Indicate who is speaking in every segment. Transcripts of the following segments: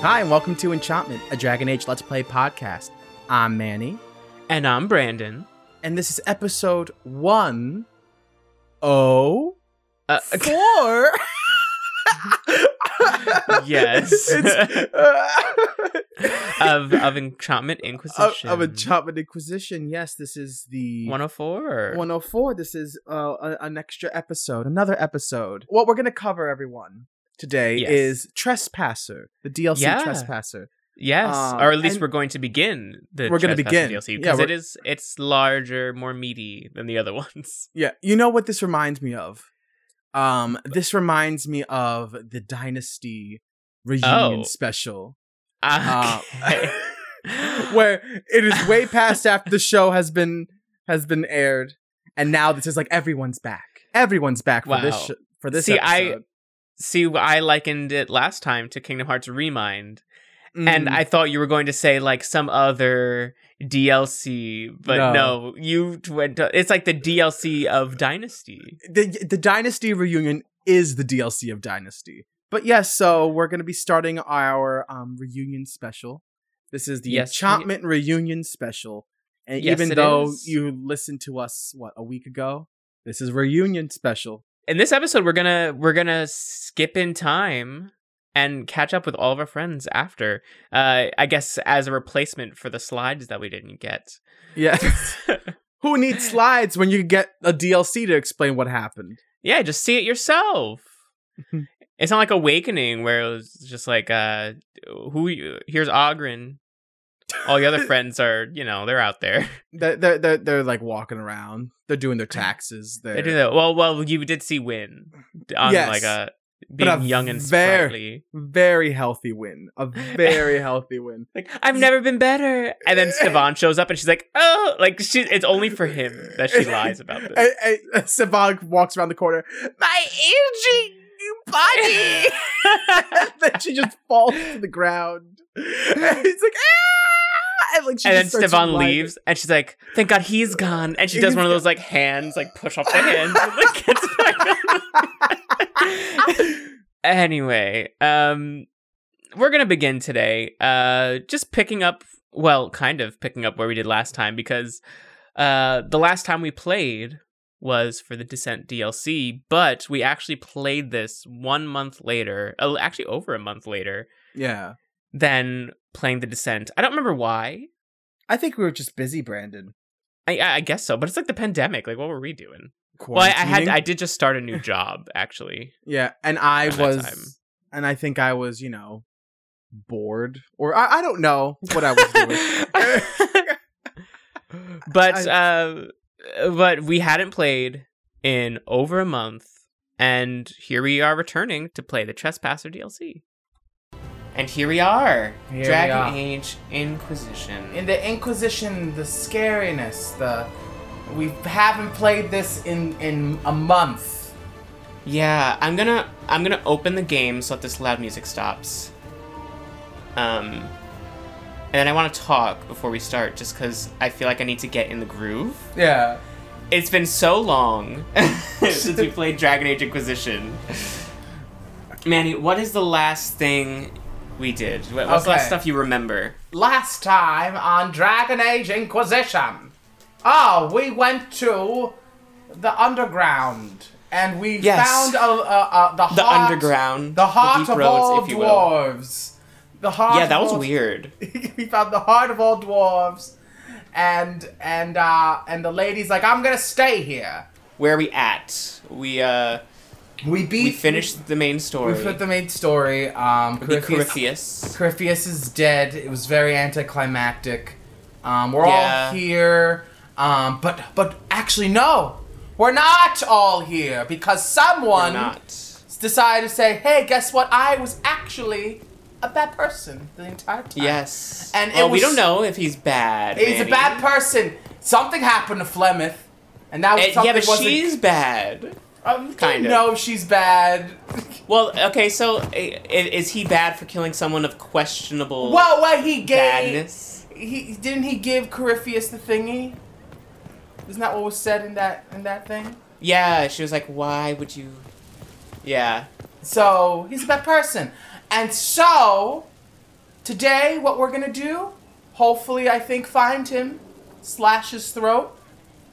Speaker 1: Hi, and welcome to Enchantment, a Dragon Age Let's Play podcast. I'm Manny,
Speaker 2: And I'm Brandon.
Speaker 1: and this is episode one oh
Speaker 2: Uh,
Speaker 1: four.
Speaker 2: Yes.
Speaker 1: It's- uh,
Speaker 2: of of Enchantment
Speaker 1: of,
Speaker 2: Inquisition.
Speaker 1: of Enchantment Inquisition. Yes, this is the
Speaker 2: 104.
Speaker 1: 104. This is uh, a, an extra episode, another episode. What we're going to cover, everyone, today
Speaker 2: Yes.
Speaker 1: is Trespasser, the DLC
Speaker 2: Yeah.
Speaker 1: Trespasser.
Speaker 2: yes,
Speaker 1: um,
Speaker 2: or at least
Speaker 1: and-
Speaker 2: we're going to begin the
Speaker 1: We're gonna
Speaker 2: Trespasser
Speaker 1: begin.
Speaker 2: DLC
Speaker 1: Yeah,
Speaker 2: because
Speaker 1: we're-
Speaker 2: it is it's larger, more meaty than the other ones.
Speaker 1: Yeah, you know what this reminds me of? Um, this reminds me of the Dynasty reunion
Speaker 2: Oh.
Speaker 1: special,
Speaker 2: Ah.
Speaker 1: Um,
Speaker 2: Okay.
Speaker 1: where it is way past after the show has been has been aired, and now this is like everyone's back. Everyone's back for this
Speaker 2: Wow.
Speaker 1: sh- for this.
Speaker 2: See, I-
Speaker 1: episode.
Speaker 2: See, I likened it last time to Kingdom Hearts Remind,
Speaker 1: Mm.
Speaker 2: and I thought you were going to say like some other DLC, but
Speaker 1: No.
Speaker 2: no, you went. To, it's like the DLC of Dynasty.
Speaker 1: the the Dynasty reunion is the DLC of Dynasty. But yes, so we're going to be starting our um, reunion special. This is the
Speaker 2: Yes, we-
Speaker 1: enchantment reunion special. And
Speaker 2: Yes,
Speaker 1: even
Speaker 2: it
Speaker 1: though
Speaker 2: is.
Speaker 1: you listened to us what a week ago, this is reunion special.
Speaker 2: in this episode we're gonna we're gonna skip in time and catch up with all of our friends after uh i guess as a replacement for the slides that we didn't get
Speaker 1: Yeah. Who needs slides when you can get a DLC to explain what happened?
Speaker 2: yeah just see it yourself it's not like awakening where it was just like uh who you- here's ogren all the other friends are you know they're out there
Speaker 1: They're, they're, they're, they're like walking around. They're doing their taxes. They're,
Speaker 2: they do that well well you did see win on
Speaker 1: Yes.
Speaker 2: like a
Speaker 1: But
Speaker 2: being
Speaker 1: a
Speaker 2: young and
Speaker 1: very-
Speaker 2: sprightly
Speaker 1: very healthy win. A very healthy win.
Speaker 2: Like, I've never been better. And then Siobhan shows up and she's like, oh, like she it's only for him that she lies about this.
Speaker 1: And, and, and Savag walks around the corner, my aging body. and then she just falls to the ground. And he's like, ah! And like, she
Speaker 2: and then
Speaker 1: just starts
Speaker 2: Stefan
Speaker 1: lying.
Speaker 2: leaves and she's like, thank God he's gone. And she does one of those like hands, like push off the hands. And, like, gets back. anyway, um we're gonna begin today. Uh just picking up well, kind of picking up where we did last time because uh the last time we played was for the Descent DLC, but we actually played this one month later, uh, actually over a month later
Speaker 1: Yeah.
Speaker 2: than playing the Descent. I don't remember why.
Speaker 1: I think we were just busy, Brandon.
Speaker 2: I, I I guess so, but it's like the pandemic. Like, what were we doing? Well, I, I had
Speaker 1: Quarantining?
Speaker 2: I did just start a new job actually.
Speaker 1: yeah, and I
Speaker 2: Around that time.
Speaker 1: was, and I think I was, you know, bored, or I, I don't know what I was doing.
Speaker 2: but uh, but we hadn't played in over a month, and here we are returning to play the Trespasser DLC. And here we are,
Speaker 1: Here we
Speaker 2: Dragon
Speaker 1: are.
Speaker 2: Age Inquisition.
Speaker 1: in the Inquisition, the scariness, the we haven't played this in in a month.
Speaker 2: Yeah, I'm gonna I'm gonna open the game so that this loud music stops. Um, and then I want to talk before we start, just because I feel like I need to get in the groove.
Speaker 1: Yeah.
Speaker 2: It's been so long since we played Dragon Age Inquisition. Manny, what is the last thing we did? What- What's the
Speaker 1: Okay.
Speaker 2: last stuff you remember?
Speaker 1: Last time on Dragon Age Inquisition. Oh, we went to the underground and we
Speaker 2: Yes.
Speaker 1: found a, a, a, the,
Speaker 2: The
Speaker 1: heart,
Speaker 2: underground,
Speaker 1: the heart
Speaker 2: deep
Speaker 1: of
Speaker 2: roads,
Speaker 1: all
Speaker 2: if you will.
Speaker 1: dwarves. The heart.
Speaker 2: Yeah, that
Speaker 1: of
Speaker 2: was
Speaker 1: all-
Speaker 2: weird.
Speaker 1: we found the heart of all dwarves, and and uh, and the lady's like, "I'm gonna stay here."
Speaker 2: Where are we at? We uh
Speaker 1: We beat.
Speaker 2: we finished the main story.
Speaker 1: We put the main story. Um,
Speaker 2: Be
Speaker 1: Corypheus-
Speaker 2: Corypheus.
Speaker 1: Corypheus is dead. It was very anticlimactic. Um, we're
Speaker 2: Yeah.
Speaker 1: all here, um, but but actually no, we're not all here because
Speaker 2: Or
Speaker 1: someone
Speaker 2: not.
Speaker 1: decided to say, "Hey, guess what? I was actually a bad person the entire time."
Speaker 2: Yes.
Speaker 1: And it
Speaker 2: well, we
Speaker 1: was-
Speaker 2: don't know if he's bad.
Speaker 1: he's
Speaker 2: Manny.
Speaker 1: a bad person. Something happened to Flemeth, and that was
Speaker 2: And-
Speaker 1: something.
Speaker 2: Eh, yeah, but
Speaker 1: wasn't-
Speaker 2: she's bad.
Speaker 1: um,
Speaker 2: kind of.
Speaker 1: No, she's bad.
Speaker 2: Well, okay, so i- i- is he bad for killing someone of questionable
Speaker 1: Well, what he gave.
Speaker 2: badness?
Speaker 1: he didn't he give Corypheus the thingy? Isn't that what was said in that in that thing?
Speaker 2: Yeah, she was like, "Why would you?" Yeah,
Speaker 1: So he's a bad person, and so
Speaker 3: Today, what we're gonna do, hopefully, I think, find him, slash his throat,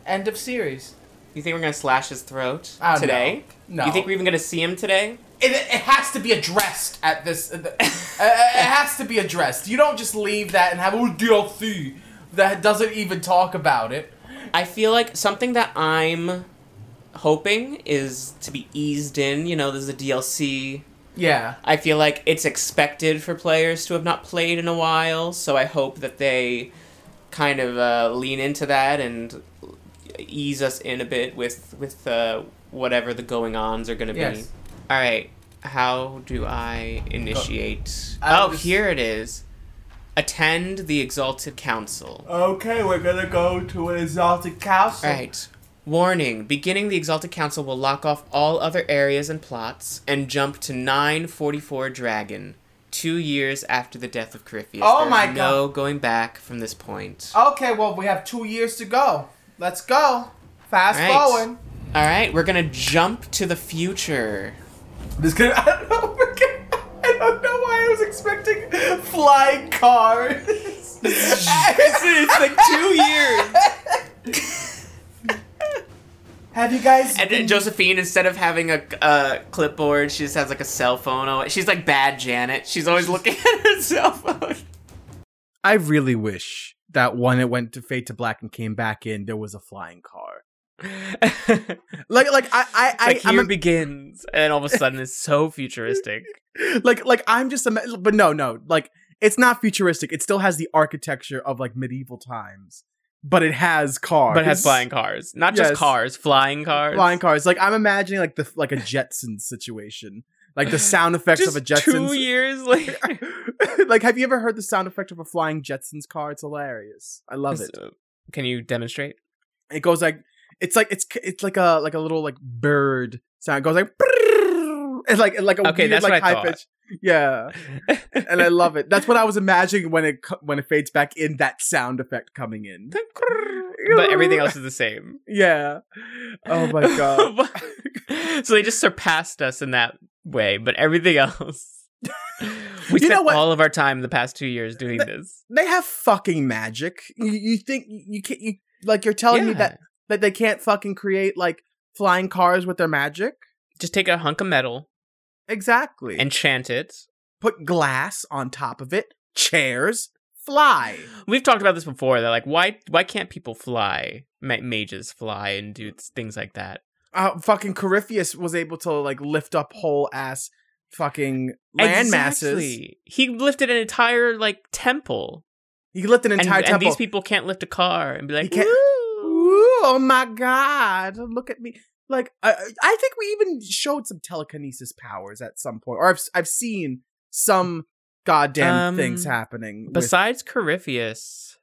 Speaker 3: end of series.
Speaker 2: You think we're gonna slash his throat
Speaker 3: Oh, no.
Speaker 2: today?
Speaker 3: No.
Speaker 2: You think we're even gonna see him today?
Speaker 3: It, it has to be addressed at this. uh, the- uh, it has to be addressed. You don't just leave that and have a DLC that doesn't even talk about it.
Speaker 2: I feel like something that I'm hoping is to be eased in. You know, there's a DLC.
Speaker 3: Yeah.
Speaker 2: I feel like it's expected for players to have not played in a while, so I hope that they kind of uh, lean into that and ease us in a bit with with uh, whatever the going ons are going to
Speaker 3: Yes.
Speaker 2: be. All right, how do I initiate?
Speaker 3: I
Speaker 2: oh,
Speaker 3: was-
Speaker 2: here it is. Attend the exalted council.
Speaker 3: Okay, we're gonna go to an exalted castle.
Speaker 2: All right. Warning: Beginning the Exalted Council will lock off all other areas and plots and jump to 944 Dragon, two years after the death of Corypheus.
Speaker 3: Oh
Speaker 2: There's
Speaker 3: my
Speaker 2: No going back from this point.
Speaker 3: Okay, well, we have two years to go. Let's go. Fast
Speaker 2: Right.
Speaker 3: forward.
Speaker 2: All right, we're gonna jump to the future.
Speaker 3: This could. I don't know. we're gonna- I don't know why I was expecting flying cars.
Speaker 2: it's like two years.
Speaker 3: have you guys?
Speaker 2: And then Josephine, instead of having a uh, clipboard, she just has like a cell phone. on it. She's like bad Janet. She's always looking at her cell phone.
Speaker 1: I really wish that when it went to Fade to Black and came back in, there was a flying car. Like, like I, I, I
Speaker 2: like
Speaker 1: I'm
Speaker 2: here
Speaker 1: a-
Speaker 2: begins, and all of a sudden it's so futuristic.
Speaker 1: like like I'm just ima- but no no like it's not futuristic. It still has the architecture of like medieval times, but it has cars.
Speaker 2: But it has flying cars. Not just
Speaker 1: Yes.
Speaker 2: cars, flying cars.
Speaker 1: flying cars. Like I'm imagining like the like a Jetsons situation, like the sound effects
Speaker 2: Just
Speaker 1: of a
Speaker 2: two
Speaker 1: Jetsons.
Speaker 2: years later.
Speaker 1: like have you ever heard the sound effect of a flying Jetsons car? It's hilarious. I love it.
Speaker 2: Can you demonstrate?
Speaker 1: It goes like it's like it's it's like a like a little like bird sound. It goes like brrrr. it's like like a
Speaker 2: Okay,
Speaker 1: weird,
Speaker 2: that's
Speaker 1: like
Speaker 2: what I
Speaker 1: high
Speaker 2: thought.
Speaker 1: pitch. Yeah. and I love it. That's what I was imagining when it co- when it fades back in that sound effect coming in.
Speaker 2: but everything else is the same.
Speaker 1: Yeah. Oh my god.
Speaker 2: so they just surpassed us in that way, but everything else. We
Speaker 1: You know
Speaker 2: spent
Speaker 1: what?
Speaker 2: all of our time the past two years doing this.
Speaker 1: They have fucking magic. You, you think you can't? You, like you're telling me
Speaker 2: Yeah.
Speaker 1: that that they can't fucking create like flying cars with their magic?
Speaker 2: Just take a hunk of metal,
Speaker 1: Exactly.
Speaker 2: enchant it.
Speaker 1: put glass on top of it. Chairs fly.
Speaker 2: We've talked about this before. That like, why why can't people fly? Ma- mages fly and do things like that.
Speaker 1: Uh, fucking Corypheus was able to like lift up whole ass fucking land masses.
Speaker 2: Exactly. He lifted an entire like temple.
Speaker 1: He lifted an
Speaker 2: And,
Speaker 1: entire
Speaker 2: and
Speaker 1: temple.
Speaker 2: these people can't lift a car and be
Speaker 1: He
Speaker 2: like,
Speaker 1: can't-
Speaker 2: "Woo."
Speaker 1: Ooh, oh my god! Look at me. Like I, I think we even showed some telekinesis powers at some point, or I've I've seen some goddamn
Speaker 2: Um,
Speaker 1: things happening. with-
Speaker 2: Besides Corypheus,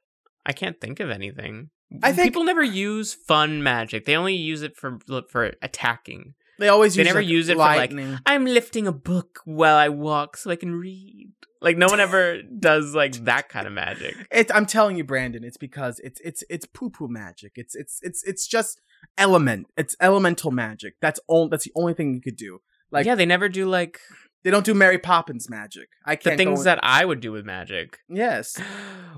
Speaker 2: I can't think of anything.
Speaker 1: I think-
Speaker 2: people never use fun magic. They only use it for for attacking.
Speaker 1: they always
Speaker 2: they
Speaker 1: use,
Speaker 2: never
Speaker 1: like,
Speaker 2: use it for, like-
Speaker 1: lightning.
Speaker 2: I'm lifting a book while I walk so I can read. Like no one ever does like that kind of magic.
Speaker 1: It, I'm telling you, Brandon, it's because it's it's it's poo poo magic. It's it's it's it's just element. It's elemental magic. That's all. That's the only thing you could do. Like-
Speaker 2: Like yeah, they never do like
Speaker 1: They don't do Mary Poppins magic. I
Speaker 2: the
Speaker 1: can't. go
Speaker 2: things
Speaker 1: in-
Speaker 2: that I would do with magic.
Speaker 1: yes,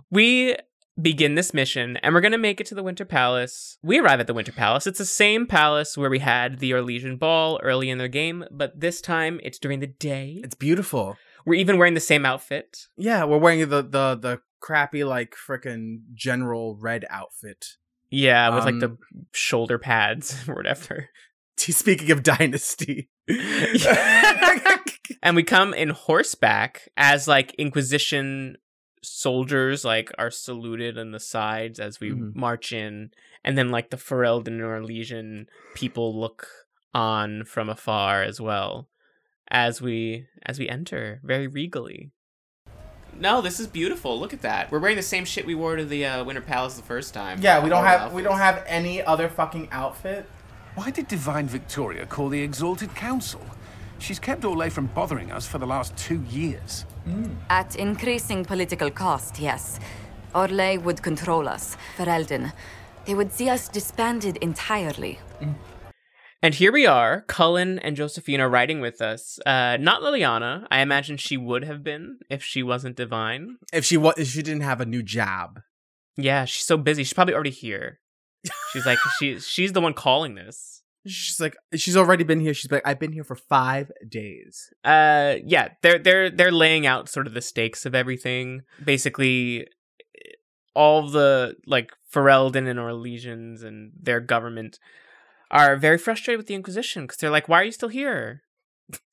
Speaker 2: We begin this mission and we're going to make it to the Winter Palace. We arrive at the Winter Palace. It's the same palace where we had the Orlesian Ball early in the game, but this time it's during the day.
Speaker 1: it's beautiful.
Speaker 2: We're even wearing the same outfit.
Speaker 1: Yeah, we're wearing the the the crappy like frickin' general red outfit.
Speaker 2: Yeah, with like the
Speaker 1: Um,
Speaker 2: shoulder pads or whatever.
Speaker 1: Speaking of dynasty,
Speaker 2: And we come in horseback as like Inquisition soldiers like are saluted on the sides as we
Speaker 3: Mm-hmm.
Speaker 1: Mhm.
Speaker 2: march in and then like the Ferelden or Orlesian people look on from afar as well as we as we enter very regally. No, this is beautiful. Look at that. We're wearing the same shit we wore to the uh, Winter Palace the first time.
Speaker 3: yeah, we don't
Speaker 2: Our
Speaker 3: have we
Speaker 2: outfits.
Speaker 3: don't have any other fucking outfit.
Speaker 4: Why did Divine Victoria call the Exalted Council? She's kept Orlais from bothering us for the last two years.
Speaker 5: At increasing political cost, yes. Orlais would control us, Ferelden. They would see us disbanded entirely.
Speaker 2: And here we are. Cullen and Josephine are riding with us. Uh, not Liliana. I imagine she would have been if she wasn't divine.
Speaker 1: If she was, if she didn't have a new job.
Speaker 2: Yeah, she's so busy. She's probably already here. She's like she she's the one calling this.
Speaker 1: She's like, she's already been here. She's like, I've been here for five days.
Speaker 2: uh yeah they're they're they're laying out sort of the stakes of everything basically all the like Ferelden and Orlesians and their government are very frustrated with the Inquisition because they're like, why are you still here?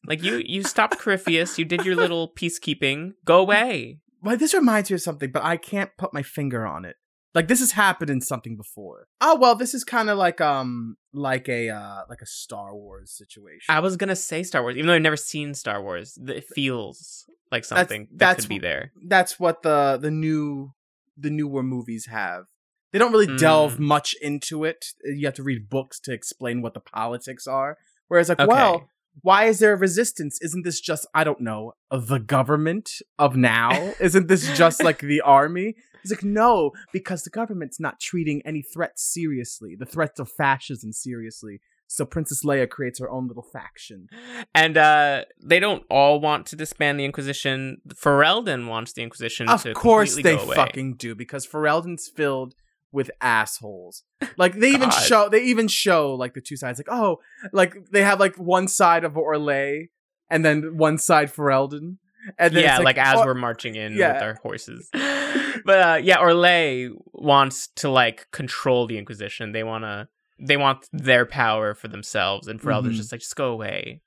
Speaker 2: Like you you stopped Corypheus, you did your little peacekeeping, go away.
Speaker 1: Well, this reminds me of something, but I can't put my finger on it. Like this has happened in something before. Oh well, this is kind of like um like a uh like a Star Wars situation.
Speaker 2: I was gonna say Star Wars, even though I've never seen Star Wars. th- It feels like
Speaker 1: That's-
Speaker 2: something that
Speaker 1: that's
Speaker 2: could be
Speaker 1: wh-
Speaker 2: there.
Speaker 1: That's what the the new the newer movies have. They don't really delve
Speaker 2: Mm.
Speaker 1: much into it. You have to read books to explain what the politics are. Whereas like,
Speaker 2: Okay.
Speaker 1: well, why is there a resistance? Isn't this just I don't know the government of now? Isn't this just like the army? It's like no, because the government's not treating any threats seriously. The threats of fascism seriously. So Princess Leia creates her own little faction.
Speaker 2: And uh, they don't all want to disband the Inquisition. Ferelden wants the Inquisition
Speaker 1: Of
Speaker 2: to
Speaker 1: course
Speaker 2: completely
Speaker 1: they
Speaker 2: go away.
Speaker 1: fucking do because Ferelden's filled with assholes. Like they even
Speaker 2: God.
Speaker 1: show they even show like the two sides like oh like they have like one side of Orlay and then one side Ferelden. And then
Speaker 2: yeah,
Speaker 1: it's
Speaker 2: like, as
Speaker 1: oh,
Speaker 2: we're marching in
Speaker 1: yeah.
Speaker 2: with our horses. but uh, yeah, Orlay wants to like control the Inquisition. They want to. They want their power for themselves, and Ferelden's
Speaker 1: Mhm.
Speaker 2: just like, just go away.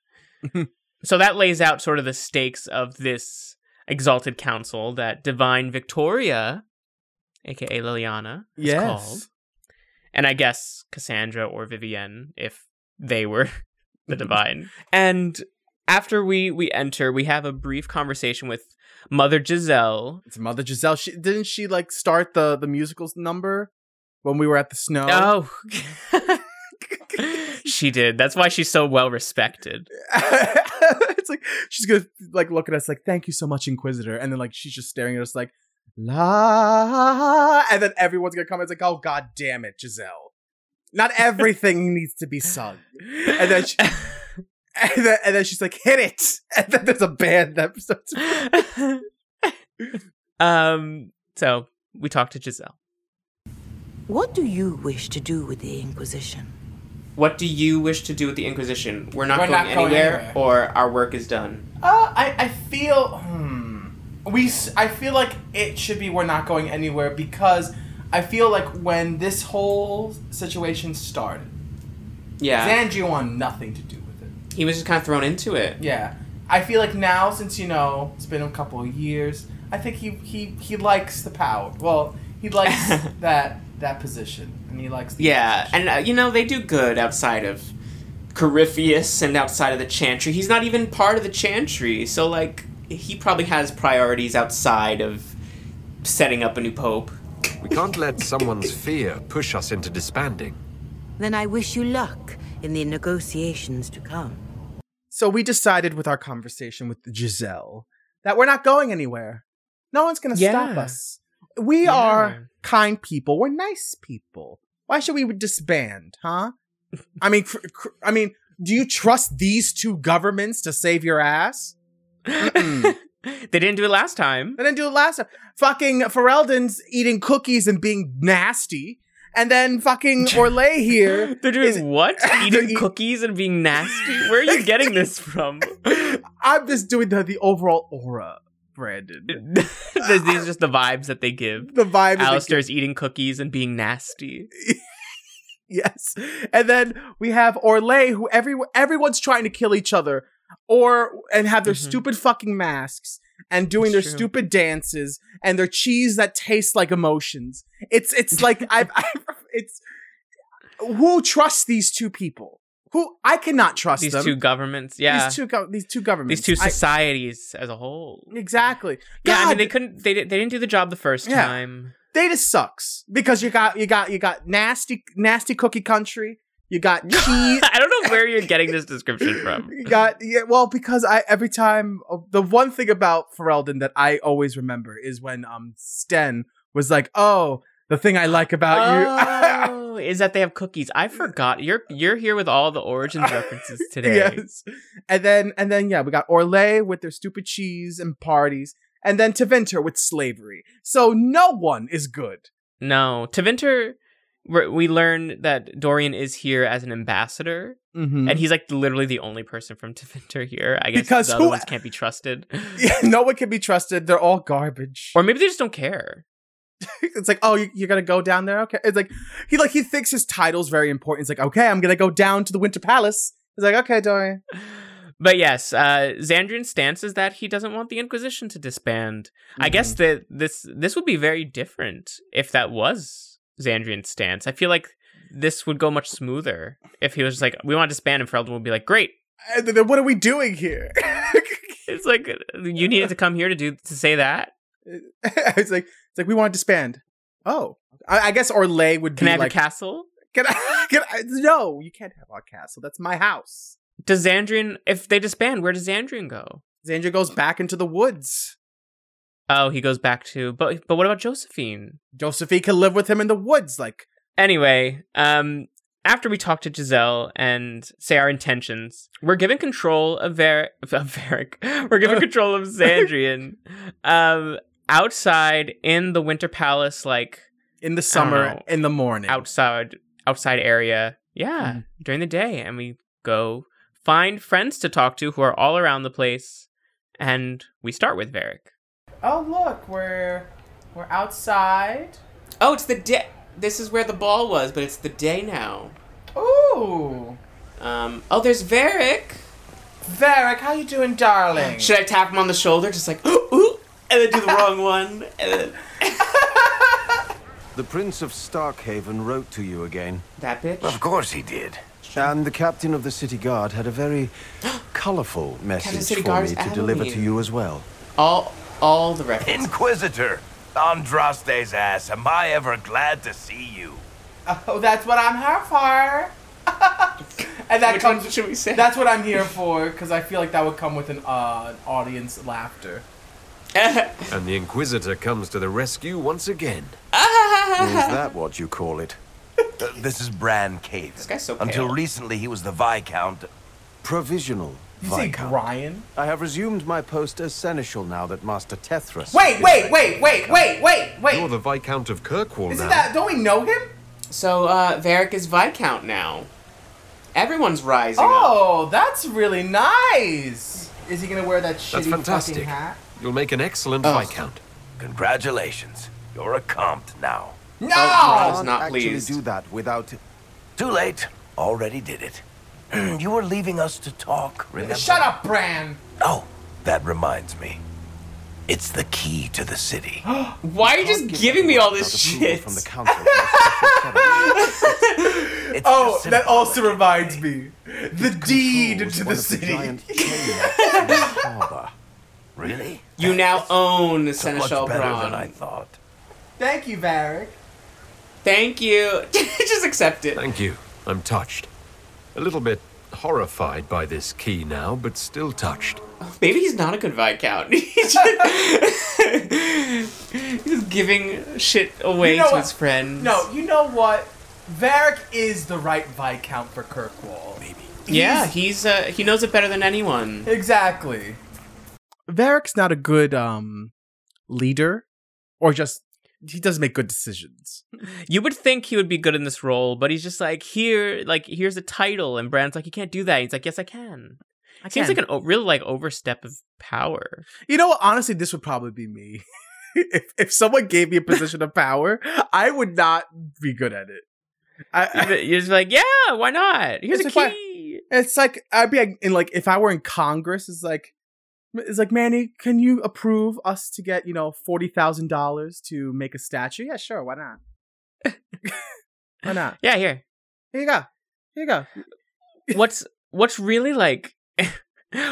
Speaker 2: so that lays out sort of the stakes of this exalted council that Divine Victoria, aka Liliana, is
Speaker 1: yes.
Speaker 2: called, and I guess Cassandra or Vivienne if they were the divine. and after we we enter, we have a brief conversation with Mother Giselle.
Speaker 1: It's Mother Giselle. She didn't she like start the the musical number when we were at the snow.
Speaker 2: Oh. she did. That's why she's so well respected.
Speaker 1: it's like she's gonna like look at us like thank you so much inquisitor and then like she's just staring at us like la and then everyone's gonna come and it's like oh god damn it giselle not everything needs to be sung and then she and then, and then she's like hit it and then there's a band that starts
Speaker 2: um so we talk to Giselle.
Speaker 6: What do you wish to do with the Inquisition?
Speaker 2: What do you wish to do with the Inquisition? We're
Speaker 3: We're not going anywhere.
Speaker 2: or our work is done.
Speaker 3: Uh, I, I feel hmm. We s- I feel like it should be we're not going anywhere because I feel like when this whole situation started, Zandri wanted nothing to do with it.
Speaker 2: He was just kind of thrown into it.
Speaker 3: Yeah, I feel like now since you know it's been a couple of years, I think he he, he likes the power. Well, he likes that that position and he likes the
Speaker 2: Yeah, and uh, you know they do good outside of Corypheus and outside of the Chantry. He's not even part of the Chantry, so like he probably has priorities outside of setting up a new pope.
Speaker 7: We can't let someone's fear push us into disbanding.
Speaker 6: Then I wish you luck in the negotiations to come.
Speaker 1: so we decided with our conversation with giselle that we're not going anywhere no one's gonna stop
Speaker 2: Yeah.
Speaker 1: us we
Speaker 2: Yeah.
Speaker 1: are kind people we're nice people why should we disband huh i mean cr- cr- i mean do you trust these two governments to save your ass Mm-mm.
Speaker 2: They didn't do it last time.
Speaker 1: and then do it last time fucking ferelden's eating cookies and being nasty and then fucking orlay here
Speaker 2: They're doing
Speaker 1: is-
Speaker 2: what?
Speaker 1: They're
Speaker 2: Eating
Speaker 1: eat-
Speaker 2: cookies and being nasty. Where are you getting this from?
Speaker 1: i'm just doing the, the overall aura brandon
Speaker 2: These are just the vibes that they give.
Speaker 1: the vibe is like,
Speaker 2: Alistair's eating cookies and being nasty.
Speaker 1: Yes. And then we have Orlay, who every everyone's trying to kill each other or and have their
Speaker 2: Mhm.
Speaker 1: stupid fucking masks and doing
Speaker 2: It's
Speaker 1: their
Speaker 2: true.
Speaker 1: stupid dances and their cheese that tastes like emotions. It's it's like I've, I've it's who trusts these two people? Who I cannot trust
Speaker 2: These
Speaker 1: them.
Speaker 2: two governments, yeah.
Speaker 1: These two gov- these two governments.
Speaker 2: These two
Speaker 1: I-
Speaker 2: societies as a whole.
Speaker 1: exactly.
Speaker 2: Yeah, I
Speaker 1: God,
Speaker 2: mean they couldn't. They di- they didn't do the job the first
Speaker 1: Yeah.
Speaker 2: time.
Speaker 1: data sucks because you got you got you got nasty nasty cookie country. You got cheese
Speaker 2: I don't know where you're getting this description from.
Speaker 1: You got yeah. Well, because I every time oh, the one thing about Ferelden that I always remember is when um Sten was like, "Oh, the thing I like about Uh, you."
Speaker 2: Oh, is that they have cookies? I forgot. You're you're here with all the origins references today.
Speaker 1: Yes. And then and then yeah, we got Orlay with their stupid cheese and parties, and then Taventer with slavery. So no one is good.
Speaker 2: No, Taventer. we're- We learn that Dorian is here as an ambassador,
Speaker 1: Mm-hmm.
Speaker 2: and he's like literally the only person from Taventer here. I guess
Speaker 1: Because
Speaker 2: the
Speaker 1: who-
Speaker 2: other ones can't be trusted,
Speaker 1: yeah, no one can be trusted. They're all garbage.
Speaker 2: or maybe they just don't care.
Speaker 1: it's like, oh, you- you're gonna go down there, okay? It's like he like he thinks his title's very important. He's like, okay, I'm gonna go down to the Winter Palace. He's like, okay, Dorian.
Speaker 2: But yes, uh, Xandrian's stance is that he doesn't want the Inquisition to disband. I guess
Speaker 1: Mm-hmm.
Speaker 2: that this this would be very different if that was Xandrian's stance. I feel like this would go much smoother if he was just like, "We want to disband," and Feldman would be like, "Great."
Speaker 1: And then what are we doing here?
Speaker 2: It's like you needed to come here to do to say that.
Speaker 1: it's like it's like we want to disband. Oh, I, I guess Orlay would
Speaker 2: Can
Speaker 1: be
Speaker 2: I have
Speaker 1: like,
Speaker 2: your castle?
Speaker 1: can I, can I, no, you can't have our castle. That's my house.
Speaker 2: Does Xandrian, if they disband, where does Xandrian go?
Speaker 1: Xandria goes back into the woods.
Speaker 2: Oh, he goes back to. But but what about Josephine?
Speaker 1: Josephine can live with him in the woods. Like,
Speaker 2: Anyway, um, after we talk to Giselle and say our intentions, we're given control of Ver of Varric. We're given control of Xandrian. Um, outside in the Winter Palace, like
Speaker 1: in the summer,
Speaker 2: know.
Speaker 1: in the morning.
Speaker 2: outside outside area. Yeah,
Speaker 8: Mm-hmm.
Speaker 2: during the day, and we go find friends to talk to who are all around the place, and we start with Varric.
Speaker 3: Oh look, we're we're outside.
Speaker 8: Oh, it's the day. This is where the ball was, but it's the day now.
Speaker 3: Ooh,
Speaker 8: Um, oh, there's Varric.
Speaker 3: Varric, how you doing, darling?
Speaker 8: Should I tap him on the shoulder, just like ooh, ooh, and then do the wrong one? And then...
Speaker 7: The Prince of Starkhaven wrote to you again.
Speaker 8: That bitch.
Speaker 9: Of course he did.
Speaker 7: And the captain of the city guard had a very colorful message
Speaker 8: City
Speaker 7: for
Speaker 8: Guard
Speaker 7: me
Speaker 8: is
Speaker 7: to
Speaker 8: adding
Speaker 7: deliver to
Speaker 8: you.
Speaker 7: you as well.
Speaker 8: All, all the references.
Speaker 9: Inquisitor, Andraste's ass, am I ever glad to see you?
Speaker 3: Oh, that's what I'm here for. and that
Speaker 8: Which
Speaker 3: comes.
Speaker 8: one should we say?
Speaker 3: That's what I'm here for, because I feel like that would come with an uh, audience laughter.
Speaker 7: And the Inquisitor comes to the rescue once again.
Speaker 8: Ah!
Speaker 7: Is that what you call it?
Speaker 9: Uh, this is Bran Cave. This
Speaker 8: guy's so
Speaker 9: Until
Speaker 8: pale.
Speaker 9: recently, he was the Viscount.
Speaker 7: Provisional
Speaker 3: Did you say
Speaker 7: Viscount.
Speaker 3: Brian?
Speaker 7: I have resumed my post as seneschal now that Master Tethras.
Speaker 3: Wait, wait, wait, wait, wait, wait,
Speaker 7: You're
Speaker 3: wait.
Speaker 7: the Viscount of Kirkwall
Speaker 3: Isn't
Speaker 7: now.
Speaker 3: that? Don't we know him?
Speaker 8: So uh, Varric is viscount now. Everyone's rising up.
Speaker 3: Oh, that's really nice. Is he gonna wear that shitty
Speaker 7: That's
Speaker 3: fucking
Speaker 7: fantastic.
Speaker 3: hat?
Speaker 7: You'll make an excellent Viscount.
Speaker 9: Congratulations, you're a Comte now.
Speaker 3: No.
Speaker 8: Oh,
Speaker 7: Can't
Speaker 8: not
Speaker 7: actually
Speaker 8: pleased.
Speaker 7: do that without
Speaker 9: Too late. Already did it. you were leaving us to talk, remember?
Speaker 3: Shut up, Bran.
Speaker 9: Oh, that reminds me. It's the key to the city.
Speaker 8: Why are you just giving me all this
Speaker 7: approval
Speaker 8: shit?
Speaker 7: from the council. for a special ceremony.
Speaker 9: It's
Speaker 3: Oh,
Speaker 9: just
Speaker 3: that also
Speaker 9: symbolic.
Speaker 3: reminds me. The deed
Speaker 7: It was
Speaker 3: to
Speaker 7: one
Speaker 3: the
Speaker 7: of
Speaker 3: city.
Speaker 7: giant caves in the harbour.
Speaker 9: Really?
Speaker 8: You now own
Speaker 9: That looks
Speaker 8: Seneschal
Speaker 9: better
Speaker 3: Um,
Speaker 9: than I
Speaker 8: Braun.
Speaker 9: thought.
Speaker 3: Thank you, Varric.
Speaker 8: Thank you. just accept it.
Speaker 7: Thank you. I'm touched. A little bit horrified by this key now, but still touched.
Speaker 8: Maybe he's not a good viscount. he's just he's giving shit away
Speaker 3: You know
Speaker 8: to
Speaker 3: what?
Speaker 8: his friends.
Speaker 3: No, you know what? Varric is the right Viscount for Kirkwall. Maybe.
Speaker 8: Yeah, he's uh, he knows it better than anyone.
Speaker 3: Exactly.
Speaker 1: Varric's not a good um leader, or just he doesn't make good decisions.
Speaker 2: You would think he would be good in this role, but he's just like here, like here's a title, and Bran's like, you can't do that. He's like, yes, I can.
Speaker 1: I
Speaker 2: Seems like an o- real like overstep of power.
Speaker 1: You know what? Honestly, this would probably be me. if if someone gave me a position of power, I would not be good at it. I, I-
Speaker 2: You're just like, yeah, why not? Here's
Speaker 1: It's
Speaker 2: a
Speaker 1: like, why-
Speaker 2: key.
Speaker 1: it's like I'd be like- in like if I were in Congress, it's like it's like Manny, can you approve us to get you know forty thousand dollars to make a statue? Yeah, sure. Why not? why not?
Speaker 2: Yeah, here.
Speaker 1: Here you go. Here you go.
Speaker 2: what's what's really like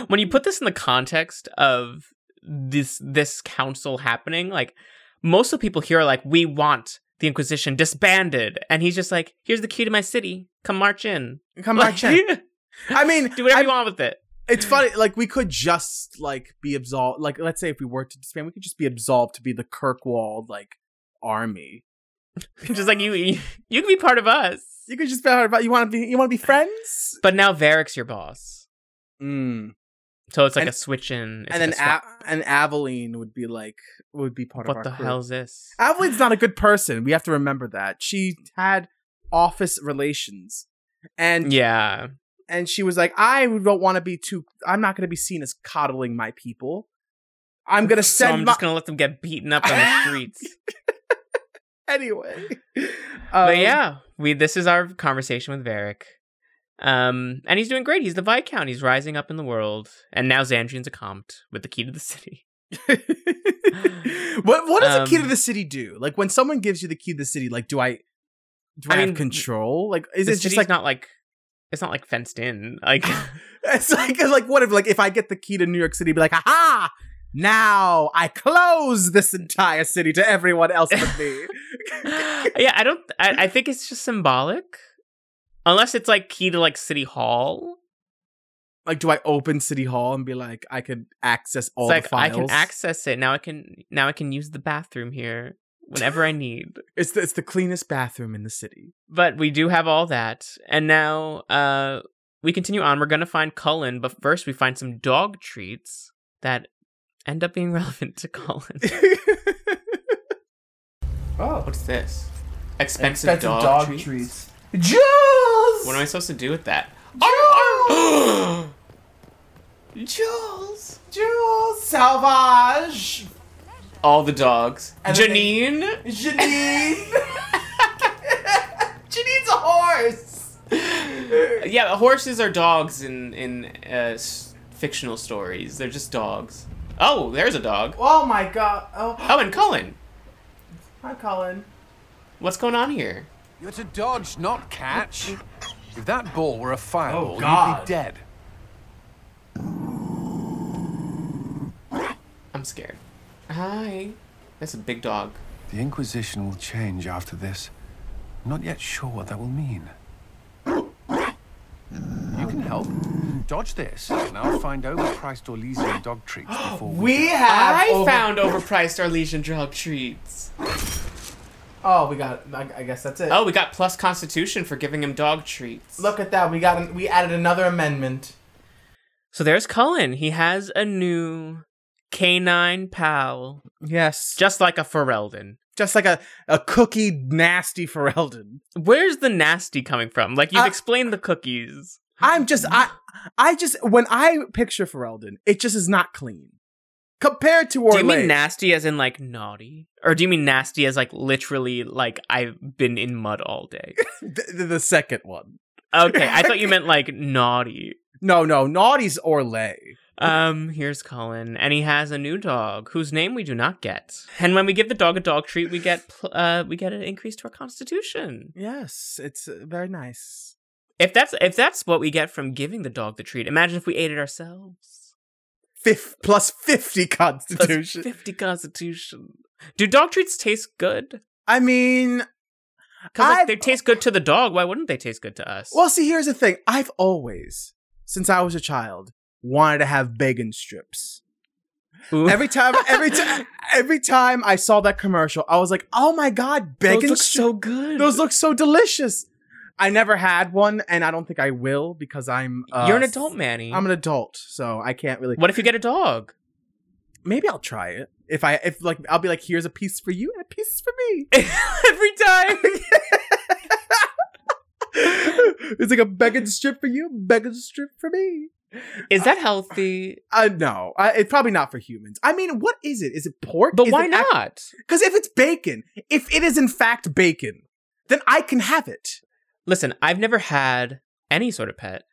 Speaker 2: when you put this in the context of this this council happening like most of the people here are like we want the inquisition disbanded and he's just like here's the key to my city come march in
Speaker 1: Come back, check. I mean,
Speaker 2: do whatever
Speaker 1: I-
Speaker 2: you want with it
Speaker 1: It's funny, like we could just like be absolved. Like, let's say if we were to disband, we could just be absolved to be the Kirkwall like army.
Speaker 2: just like you, you, you can be part of us.
Speaker 1: You could just feel about you want to be you want to be friends.
Speaker 2: But now Varric's your boss,
Speaker 1: Mm.
Speaker 2: so it's like
Speaker 1: And-
Speaker 2: a switch in. It's
Speaker 1: And
Speaker 2: like
Speaker 1: then
Speaker 2: a
Speaker 1: a-
Speaker 2: swap.
Speaker 1: and Aveline would be like would be part of
Speaker 2: what
Speaker 1: our
Speaker 2: the
Speaker 1: crew.
Speaker 2: hell is this?
Speaker 1: Aveline's not a good person. We have to remember that she had office relations, and
Speaker 2: yeah,
Speaker 1: and she was like, I don't want to be too. I'm not going to be seen as coddling my people. I'm going to
Speaker 2: so
Speaker 1: send
Speaker 2: I'm
Speaker 1: my
Speaker 2: just gonna let them get beaten up on the streets.
Speaker 1: anyway.
Speaker 2: but
Speaker 1: Um,
Speaker 2: yeah, we this is our conversation with Varric. Um, and he's doing great. He's the Viscount. He's rising up in the world, and now Xandrian's a compt with the key to the city.
Speaker 1: what what does the key to
Speaker 2: Um,
Speaker 1: the city do? Like when someone gives you the key to the city, like do I do I,
Speaker 2: I
Speaker 1: have
Speaker 2: mean,
Speaker 1: control? Like is
Speaker 2: the
Speaker 1: it just
Speaker 2: city's
Speaker 1: like
Speaker 2: not like it's not like fenced in. Like
Speaker 1: it's like it's like what if like if I get the key to New York City, be like, aha! Now I close this entire city to everyone else but me.
Speaker 2: yeah, I don't. I, I think it's just symbolic, unless it's like key to like city hall.
Speaker 1: like, do I open City Hall and be like, I could access all
Speaker 2: It's
Speaker 1: the
Speaker 2: like I
Speaker 1: files?
Speaker 2: can access it now. I can now I can use the bathroom here whenever I need.
Speaker 1: It's the, it's the cleanest bathroom in the city.
Speaker 2: But we do have all that, and now uh, we continue on. We're gonna find Cullen, but first we find some dog treats that end up being relevant to Cullen.
Speaker 8: Oh, what's this? Expensive,
Speaker 3: Expensive
Speaker 8: dog,
Speaker 3: dog,
Speaker 8: treats.
Speaker 3: treats. Jules!
Speaker 8: What am I supposed to do with that?
Speaker 3: Jules!
Speaker 8: Jules.
Speaker 3: Jules Salvage!
Speaker 8: All the dogs.
Speaker 3: And then they-
Speaker 8: Janine.
Speaker 3: Janine! Janine's a horse!
Speaker 8: Yeah, horses are dogs in in uh, s- fictional stories. They're just dogs. Oh, there's a dog.
Speaker 3: Oh my god. Oh,
Speaker 8: Oh, and Cullen.
Speaker 3: hi, Colin.
Speaker 8: What's going on here?
Speaker 4: You're to dodge, not catch. If that ball were a fireball, you'd
Speaker 3: Oh, God.
Speaker 4: be dead.
Speaker 8: I'm scared. Hi. That's a big dog.
Speaker 4: The Inquisition will change after this. I'm not yet sure what that will mean. You can help. Dodge this, and I'll find overpriced Orlesian dog treats before we.
Speaker 3: We have.
Speaker 8: I
Speaker 3: over-
Speaker 8: found overpriced Arlesian drug treats.
Speaker 3: Oh, we got. I, I guess that's it.
Speaker 8: Oh, we got plus constitution for giving him dog treats.
Speaker 3: Look at that. We got. an- We added another amendment.
Speaker 2: so there's Cullen. He has a new canine pal,
Speaker 1: Yes. Just,
Speaker 2: just like a Ferelden.
Speaker 1: just like a, a cookie nasty Ferelden.
Speaker 2: Where's the nasty coming from? Like you've
Speaker 1: Uh,
Speaker 2: explained the cookies.
Speaker 1: I'm just I I just when I picture Ferelden, it just is not clean. Compared to Orlais.
Speaker 2: Do you mean nasty as in like naughty? Or do you mean nasty as like literally like I've been in mud all day?
Speaker 1: The, the- the second one.
Speaker 2: Okay, I thought you meant like naughty.
Speaker 1: No, no, naughty's Orlais.
Speaker 2: Um, here's Colin, and he has a new dog whose name we do not get. And when we give the dog a dog treat, we get pl- uh we get an increase to our constitution.
Speaker 1: Yes, it's uh, very nice.
Speaker 2: If that's if that's what we get from giving the dog the treat, imagine if we ate it ourselves.
Speaker 1: Fifth plus fifty
Speaker 2: That's
Speaker 1: constitution.
Speaker 2: Fifty constitution. Do dog treats taste good?
Speaker 1: I mean,
Speaker 2: Because like,
Speaker 1: I've-
Speaker 2: they taste good to the dog. Why wouldn't they taste good to us?
Speaker 1: well, see, here's the thing. I've always, since I was a child, wanted to have bacon strips.
Speaker 2: Ooh.
Speaker 1: Every time, every time, every time I saw that commercial, I was like, "Oh my god, bacon
Speaker 2: Those look
Speaker 1: stri-
Speaker 2: so good.
Speaker 1: Those look so delicious." I never had one, and I don't think I will because I'm. Uh,
Speaker 2: You're an adult, Manny.
Speaker 1: I'm an adult, so I can't really.
Speaker 2: What if you get a dog?
Speaker 1: Maybe I'll try it if I if like I'll be like, "Here's a piece for you and a piece for me."
Speaker 2: Every time.
Speaker 1: it's like a bacon strip for you, bacon strip for me.
Speaker 2: Is that healthy?
Speaker 1: Uh, no, I, it's probably not for humans. I mean, what is it? Is it pork?
Speaker 2: But
Speaker 1: Is
Speaker 2: why
Speaker 1: it ac-
Speaker 2: not?
Speaker 1: Because if it's bacon, if it is in fact bacon, then I can have it.
Speaker 2: Listen, I've never had any sort of pet,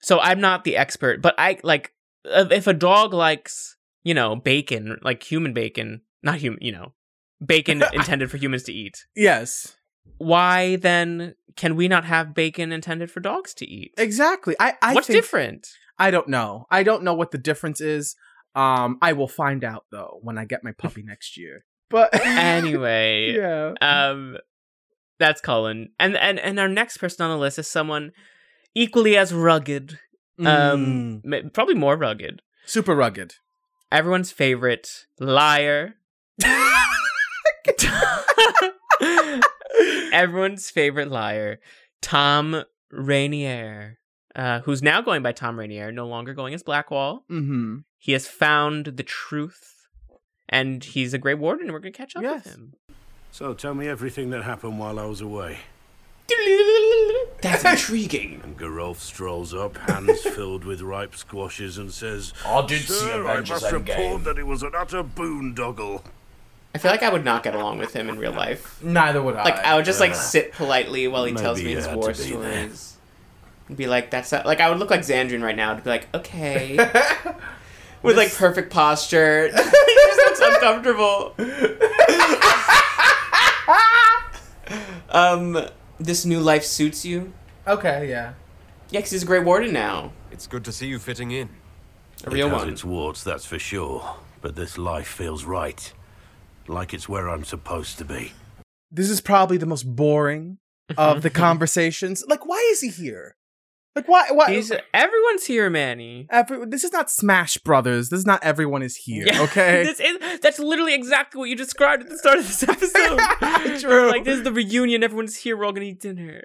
Speaker 2: so I'm not the expert. But I like if if a dog likes, you know, bacon, like human bacon, not human, you know, bacon intended for humans to eat.
Speaker 1: Yes,
Speaker 2: Why then can we not have bacon intended for dogs to eat?
Speaker 1: exactly. I, I
Speaker 2: What's
Speaker 1: think,
Speaker 2: different?
Speaker 1: I don't know. I don't know what the difference is. Um, I will find out though when I get my puppy next year. But
Speaker 2: Anyway,
Speaker 1: yeah,
Speaker 2: um that's colin and and and our next person on the list is someone equally as rugged um ma- probably more rugged
Speaker 1: Mm. super rugged.
Speaker 2: everyone's favorite liar Everyone's favorite liar, Tom Rainier, uh, who's now going by Tom Rainier, no longer going as Blackwall.
Speaker 1: Mm-hmm.
Speaker 2: He has found the truth, and he's a Grey Warden. We're gonna catch up
Speaker 1: Yes.
Speaker 2: with him.
Speaker 10: So tell me everything that happened while I was away.
Speaker 8: That's intriguing.
Speaker 10: And Garolf strolls up, hands filled with ripe squashes, and says,
Speaker 9: I did see
Speaker 10: Sir,
Speaker 9: Avengers
Speaker 10: I must
Speaker 9: Endgame."
Speaker 10: report that it was an utter boondoggle.
Speaker 8: I feel like I would not get along with him in real life.
Speaker 3: Neither would I.
Speaker 8: Like I would just like sit politely while he
Speaker 10: Maybe
Speaker 8: tells me
Speaker 10: you
Speaker 8: his
Speaker 10: had to
Speaker 8: war
Speaker 10: be there.
Speaker 8: stories. And Be like, that's not, like I would look like Xandrin right now to be like, okay, with like perfect posture. he just looks uncomfortable. um, this new life suits you.
Speaker 3: okay, yeah.
Speaker 8: Yeah, 'cause he's a great warden now,
Speaker 7: It's good to see you fitting in.
Speaker 8: a real
Speaker 10: it has
Speaker 8: one.
Speaker 10: its warts, that's for sure. But this life feels right. Like it's where I'm supposed to be.
Speaker 1: This is probably the most boring
Speaker 2: Mm-hmm.
Speaker 1: of the conversations. Like, why is he here? Like, why? Why?
Speaker 2: He's everyone's here, Manny.
Speaker 1: Every, this is not Smash Brothers. This is not everyone is here.
Speaker 2: Yeah,
Speaker 1: Okay.
Speaker 2: this is that's literally exactly what you described at the start of this episode.
Speaker 1: True.
Speaker 2: Like this is the reunion. Everyone's here. We're all gonna eat dinner.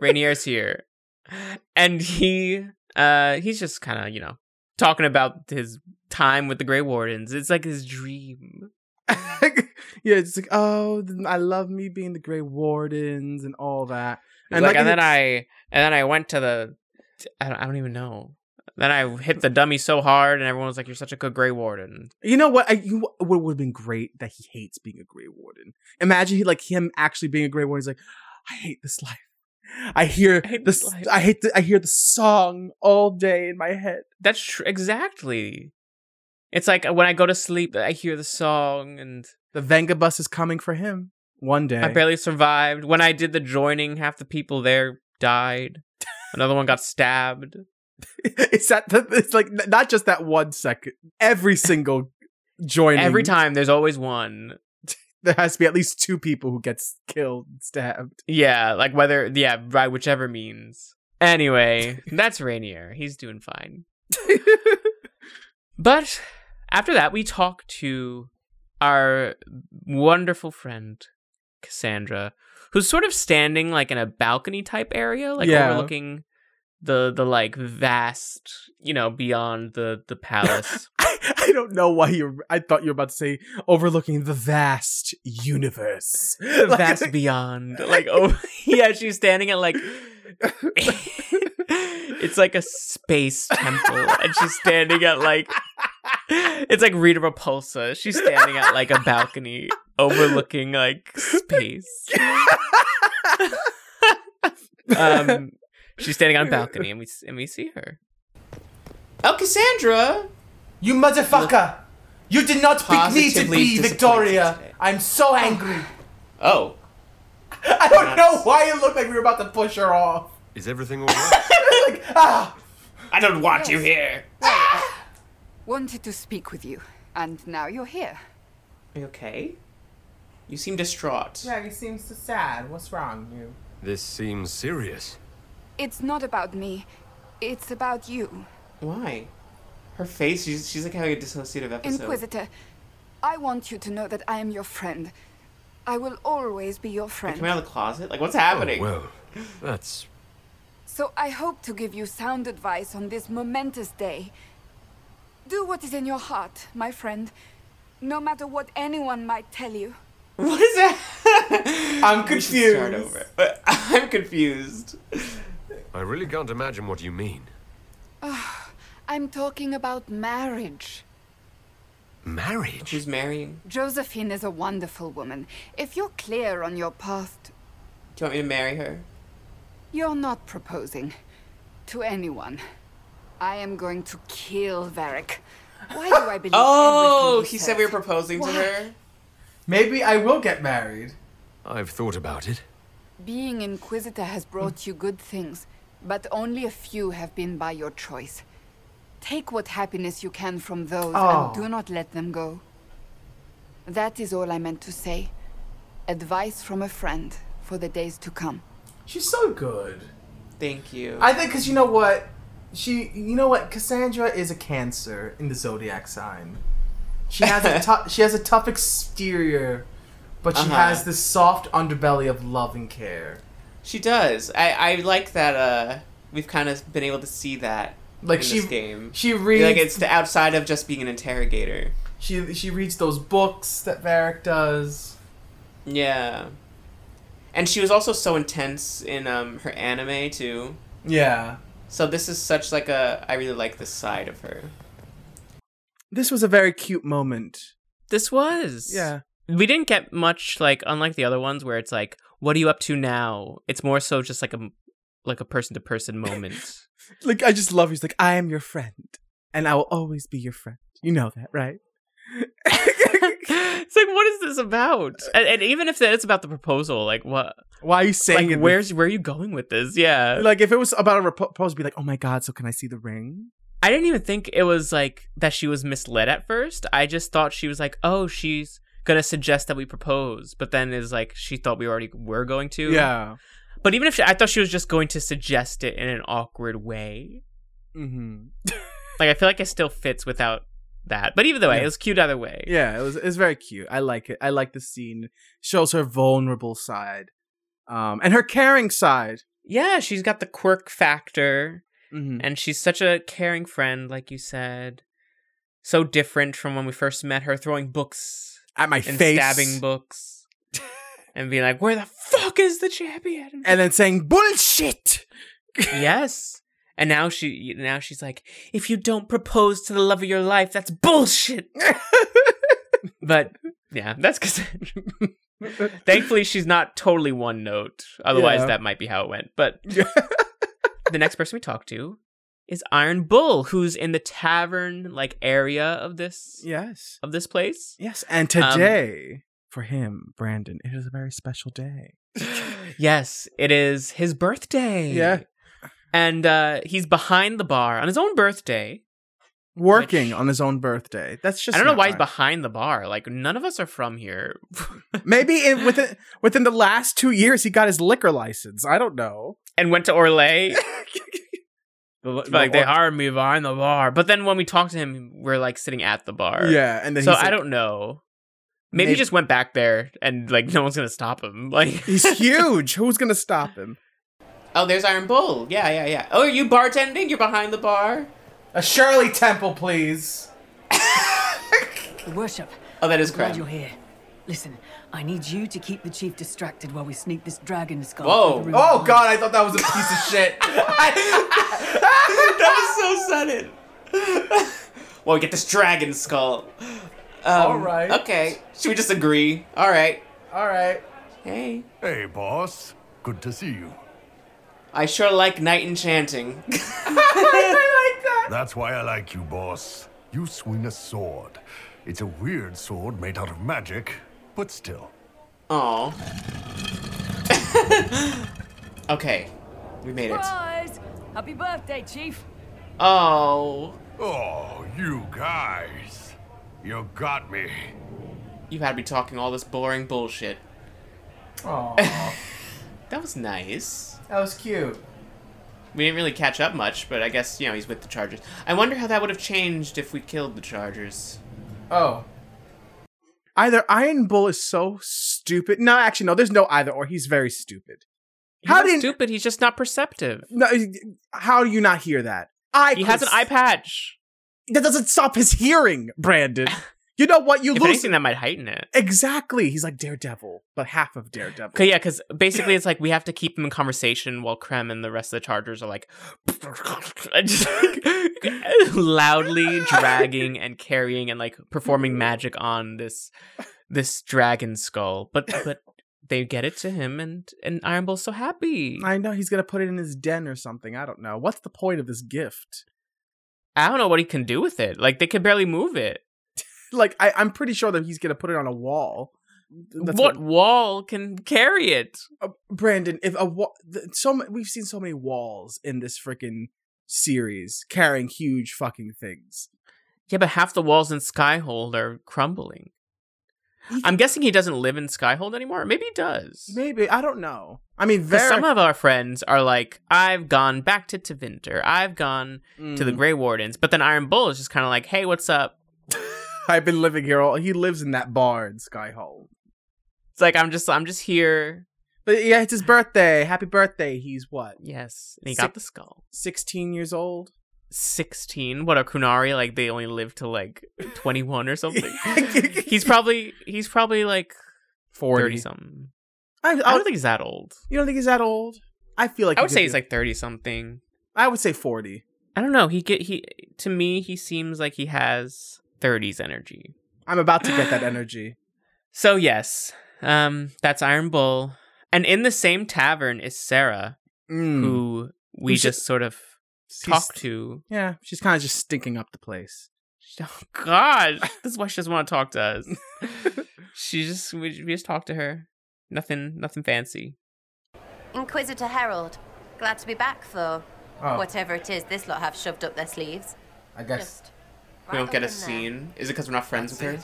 Speaker 2: Rainier's here, and he uh he's just kind of you know talking about his time with the Grey Wardens. It's like his dream.
Speaker 1: yeah, it's like, oh, th- I love me being the Grey Wardens and all that.
Speaker 2: And like, and then
Speaker 1: it's-
Speaker 2: I and then I went to the I don't, I don't even know. Then I hit the dummy so hard, and everyone was like, "You're such a good Grey Warden."
Speaker 1: you know what? I, you what would have been great that he hates being a Grey Warden. Imagine he like him actually being a Grey Warden. He's like, I hate this life. I hear
Speaker 2: I hate
Speaker 1: the
Speaker 2: this
Speaker 1: s-
Speaker 2: life."
Speaker 1: I hate the, I hear the song all day in my head.
Speaker 2: That's tr- exactly. It's like uh, when I go to sleep, I hear the song, and
Speaker 1: The Venga bus is coming for him one day.
Speaker 2: I barely survived. When I did the joining, half the people there died. Another one got stabbed.
Speaker 1: it's that the, it's like n- not just that one second. Every single joining
Speaker 2: Every time, there's always one.
Speaker 1: there has to be at least two people who gets killed and stabbed.
Speaker 2: Yeah, like whether yeah, by whichever means. Anyway, that's Rainier. He's doing fine. But after that, we talk to our wonderful friend Cassandra, who's sort of standing like in a balcony type area, like
Speaker 1: Yeah.
Speaker 2: overlooking the the like vast, you know, beyond the the palace.
Speaker 1: I, I don't know why you're. I thought you were about to say overlooking the vast universe.
Speaker 2: the vast beyond. Like oh yeah, she's standing at like it's like a space temple and she's standing at like it's like Rita Repulsa. She's standing at like a balcony overlooking like space. um she's standing on a balcony and we and we see her.
Speaker 8: Oh, Cassandra,
Speaker 3: You motherfucker! You did not pick me to
Speaker 8: Positively
Speaker 3: be
Speaker 8: disappointed
Speaker 3: Victoria.
Speaker 8: today.
Speaker 3: I'm so angry.
Speaker 8: Oh,
Speaker 3: I don't know why it looked like we were about to push her off.
Speaker 7: Is everything all right?
Speaker 3: like ah,
Speaker 8: I don't want you here.
Speaker 11: Wanted to speak with you, and now you're here.
Speaker 8: Are you okay? You seem distraught.
Speaker 3: yeah, he seems so sad. What's wrong, you?
Speaker 7: this seems serious.
Speaker 11: It's not about me. It's about you,
Speaker 8: Why? Her face, she's, she's like having a dissociative episode.
Speaker 11: Inquisitor. I want you to know that I am your friend. I will always be your
Speaker 8: Like, coming
Speaker 11: friend.
Speaker 8: out of the closet? Like, what's
Speaker 7: Oh,
Speaker 8: happening?
Speaker 7: well, that's
Speaker 11: So I hope to give you sound advice on this momentous day. Do what is in your heart, my friend, no matter what anyone might tell you.
Speaker 8: What is that?
Speaker 3: I'm
Speaker 8: We should Start
Speaker 3: confused.
Speaker 8: over. But I'm confused.
Speaker 7: I really can't imagine what you mean.
Speaker 11: I'm talking about marriage.
Speaker 7: Marriage?
Speaker 8: She's marrying.
Speaker 11: Josephine is a wonderful woman. If you're clear on your path
Speaker 8: Do you want me to marry her?
Speaker 11: You're not proposing to anyone. I am going to kill Varric. Why do I believe
Speaker 8: Oh, he
Speaker 11: everything he
Speaker 8: said
Speaker 11: says?
Speaker 8: we were proposing
Speaker 11: Why?
Speaker 8: to her.
Speaker 3: Maybe I will get married.
Speaker 7: I've thought about it.
Speaker 11: Being Inquisitor has brought you good things, but only a few have been by your choice. Take what happiness you can from those
Speaker 3: Oh.
Speaker 11: and do not let them go. That is all I meant to say. Advice from a friend for the days to come.
Speaker 3: She's so good.
Speaker 8: Thank you.
Speaker 3: I think because you know what, she, you know what, Cassandra is a Cancer in the zodiac sign. She has a tough, she has a tough exterior, but she
Speaker 8: Uh-huh.
Speaker 3: has this soft underbelly of love and care.
Speaker 8: She does. I, I like that uh we've kind of been able to see that
Speaker 3: Like
Speaker 8: in
Speaker 3: she-
Speaker 8: this game.
Speaker 3: she
Speaker 8: like
Speaker 3: reads-
Speaker 8: it's the outside of just being an interrogator.
Speaker 3: She she reads those books that Varric does.
Speaker 8: Yeah. And she was also so intense in um her anime too.
Speaker 3: Yeah.
Speaker 8: So this is such like a I really like this side of her.
Speaker 1: This was a very cute moment.
Speaker 2: This was.
Speaker 1: Yeah.
Speaker 2: We didn't get much like unlike the other ones where it's like, what are you up to now? It's more so just like a like a person to person moment.
Speaker 1: Like I just love. He's like, I am your friend, and I will always be your friend. You know that, right?
Speaker 2: it's like, what is this about? And, and even if it's about the proposal, like what?
Speaker 1: Why are you saying
Speaker 2: like,
Speaker 1: it?
Speaker 2: Where's where are you going with this? Yeah.
Speaker 1: Like if it was about a rep- proposal, be like, oh my god, so can I see the ring?
Speaker 2: I didn't even think it was like that she was misled at first. I just thought she was like, oh, she's gonna suggest that we propose, but then is like she thought we already were going to.
Speaker 1: Yeah.
Speaker 2: But even if she, I thought she was just going to suggest it in an awkward way.
Speaker 1: Mm-hmm.
Speaker 2: Like I feel like it still fits without that. But either way,
Speaker 1: Yeah.
Speaker 2: it was cute either way.
Speaker 1: Yeah, it was it's very cute. I like it. I like the scene. Shows her vulnerable side. Um and her caring side.
Speaker 2: Yeah, she's got the quirk factor.
Speaker 1: Mhm.
Speaker 2: And she's such a caring friend, like you said. So different from when we first met her, throwing books
Speaker 1: At my
Speaker 2: and
Speaker 1: face.
Speaker 2: stabbing books, and being like, "Where the fuck is the champion?"
Speaker 1: And then saying bullshit.
Speaker 2: yes. And now she, now she's like, "If you don't propose to the love of your life, that's bullshit." but yeah, that's Cassandra. Thankfully, she's not totally one note. Otherwise,
Speaker 1: Yeah.
Speaker 2: that might be how it went. But the next person we talk to is Iron Bull, who's in the tavern like area of this
Speaker 1: yes
Speaker 2: of this place.
Speaker 1: Yes, And today for him, Brandon, it is a very special day.
Speaker 2: yes, it is his birthday.
Speaker 1: Yeah.
Speaker 2: and uh, he's behind the bar on his own birthday.
Speaker 1: Working on his own birthday. That's just
Speaker 2: I don't know
Speaker 1: not
Speaker 2: why he's
Speaker 1: right.
Speaker 2: behind the bar. Like none of us are from here.
Speaker 1: Maybe in, within within the last 2 years he got his liquor license. I don't know.
Speaker 2: and went to Orlay. like they hired me behind the bar, but then when we talked to him, we're like sitting at the bar.
Speaker 1: Yeah, and then
Speaker 2: so
Speaker 1: he's
Speaker 2: I
Speaker 1: like-
Speaker 2: don't know. Maybe, he
Speaker 1: Maybe-
Speaker 2: just went back there, and like no one's gonna stop him. Like
Speaker 1: He's huge. Who's going to stop him?
Speaker 8: Oh, there's Iron Bull. Yeah, yeah, yeah. Oh, are you bartending? You're behind the bar.
Speaker 3: A Shirley Temple, please.
Speaker 12: Worship.
Speaker 8: Oh, that is
Speaker 12: Glad
Speaker 8: Krem.
Speaker 12: you're here. Listen, I need you to keep the chief distracted while we sneak this dragon skull.
Speaker 8: Whoa.
Speaker 3: Oh god, I thought that was a piece of shit.
Speaker 8: that was so sudden. well, we get this dragon skull.
Speaker 3: All right.
Speaker 8: Okay. Should we just agree? All right.
Speaker 3: All right.
Speaker 8: Hey.
Speaker 10: Hey, boss. Good to see you.
Speaker 8: I sure like night enchanting.
Speaker 10: That's why I like you, boss. You swing a sword. It's a weird sword made out of magic, but still.
Speaker 8: Aw. okay. We made it.
Speaker 12: Surprise! Happy birthday, chief.
Speaker 8: Oh.
Speaker 10: Oh, you guys. You got me.
Speaker 8: You had me talking all this boring bullshit.
Speaker 3: Aw.
Speaker 8: that was nice.
Speaker 3: That was cute.
Speaker 8: We didn't really catch up much, but I guess, you know, he's with the Chargers. I wonder how that would have changed if we killed the Chargers.
Speaker 3: Oh.
Speaker 1: Either Iron Bull is so stupid. No, actually, no. There's no either or. He's very stupid. How did
Speaker 2: stupid? He's just not perceptive.
Speaker 1: No, how do you not hear that? I
Speaker 2: He has an eye patch.
Speaker 1: That doesn't stop his hearing, Brandon. You know what? You
Speaker 2: if
Speaker 1: lose
Speaker 2: anything, that might heighten it.
Speaker 1: exactly. He's like Daredevil, but half of Daredevil.
Speaker 2: 'Cause- yeah, because basically it's like we have to keep him in conversation while Krem and the rest of the Chargers are like just loudly dragging and carrying and like performing magic on this this dragon skull. But but they get it to him, and and Iron Bull's so happy.
Speaker 1: I know he's gonna put it in his den or something. I don't know. What's the point of this gift?
Speaker 2: I don't know what he can do with it. Like they can barely move it.
Speaker 1: Like I, I'm pretty sure that he's gonna put it on a wall. That's
Speaker 2: what, wall can carry it?
Speaker 1: Uh, Brandon, if a wall, so ma- we've seen so many walls in this freaking series carrying huge fucking things.
Speaker 2: Yeah, but half the walls in Skyhold are crumbling. I'm guessing he doesn't live in Skyhold anymore. Maybe he does.
Speaker 1: Maybe I don't know. I mean,
Speaker 2: 'Cause
Speaker 1: very
Speaker 2: some of our friends are like, I've gone back to Tevinter. I've gone to the
Speaker 1: Mm.
Speaker 2: Grey Wardens. But then Iron Bull is just kind of like, hey, what's up?
Speaker 1: I've been living here all. He lives in that bar in Skyhole.
Speaker 2: It's like I'm just I'm just here.
Speaker 1: But yeah, it's his birthday. Happy birthday. He's what?
Speaker 2: Yes. And he got the skull.
Speaker 1: 16 years old.
Speaker 2: 16. What are Kunari like they only live to like 21 or something? he's probably he's probably like
Speaker 1: 40.
Speaker 2: 30 something. I, don't think he's that old.
Speaker 1: You don't think he's that old? I feel like he
Speaker 2: I would
Speaker 1: could
Speaker 2: say
Speaker 1: be-
Speaker 2: he's like 30 something.
Speaker 1: I would say 40.
Speaker 2: I don't know. He get he to me he seems like he has 30s energy.
Speaker 1: I'm about to get that energy.
Speaker 2: So yes, um, that's Iron Bull, and in the same tavern is Sarah,
Speaker 3: Hmm.
Speaker 1: Mm.
Speaker 2: who we
Speaker 1: Who's-
Speaker 2: just sort of
Speaker 1: She's-
Speaker 2: talk to.
Speaker 1: Yeah, she's kind of just stinking up the place.
Speaker 3: Oh,
Speaker 2: God, this is why she doesn't want to talk to us. she just we, we just talk to her. Nothing, nothing fancy.
Speaker 13: Inquisitor Harold, glad to be back for
Speaker 2: Oh.
Speaker 13: whatever it is this lot have shoved up their sleeves.
Speaker 8: I guess-
Speaker 13: Just
Speaker 8: we don't
Speaker 13: right
Speaker 8: get a
Speaker 13: open there.
Speaker 8: scene. Is it because we're not friends with her?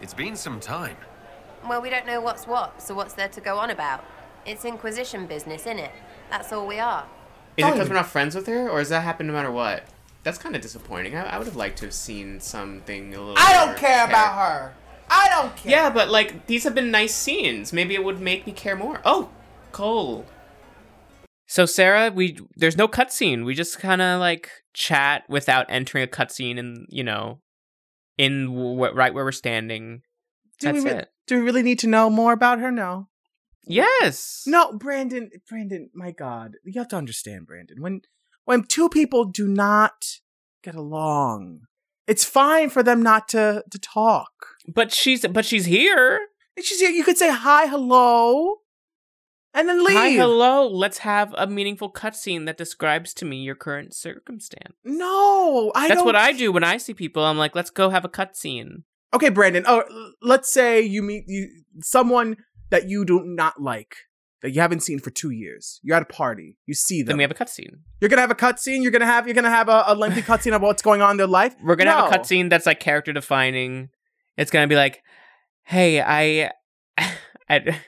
Speaker 7: It's been some time.
Speaker 13: Well, we don't know what's what, so what's there to go on about? It's Inquisition business, innit? That's all we are.
Speaker 8: Is it
Speaker 3: Oh.
Speaker 8: because we're not friends with her, or does that happen no matter what? That's kind of disappointing. I, I would have liked to have seen something a little.
Speaker 3: I don't
Speaker 8: more
Speaker 3: care about her. I don't care.
Speaker 8: Yeah, but like these have been nice scenes. Maybe it would make me care more. Oh, Cole.
Speaker 2: So Sarah, we there's no cutscene. We just kind of like chat without entering a cutscene, and you know, in w- right where we're standing.
Speaker 1: Do
Speaker 2: That's
Speaker 1: we re-
Speaker 2: it.
Speaker 1: Do we really need to know more about her? No.
Speaker 2: Yes.
Speaker 1: No, Brandon, Brandon, my God. You have to understand, Brandon. When when two people do not get along, it's fine for them not to to talk.
Speaker 2: But she's but she's here.
Speaker 1: She's here. You could say hi, hello, and then leave.
Speaker 2: Hi, hello. Let's have a meaningful cutscene that describes to me your current circumstance.
Speaker 1: No, I
Speaker 2: That's
Speaker 1: don't
Speaker 2: what I do when I see people. I'm like, let's go have a cutscene.
Speaker 1: okay, Brandon. Oh, l- let's say you meet you someone that you do not like that you haven't seen for two years. You're at a party. You see them.
Speaker 2: Then we have a cutscene.
Speaker 1: You're gonna have a cutscene. You're gonna have you're gonna have a, a lengthy cutscene about what's going on in their life.
Speaker 2: We're gonna have a
Speaker 1: No.
Speaker 2: cutscene that's like character defining. It's gonna be like, hey, I, I,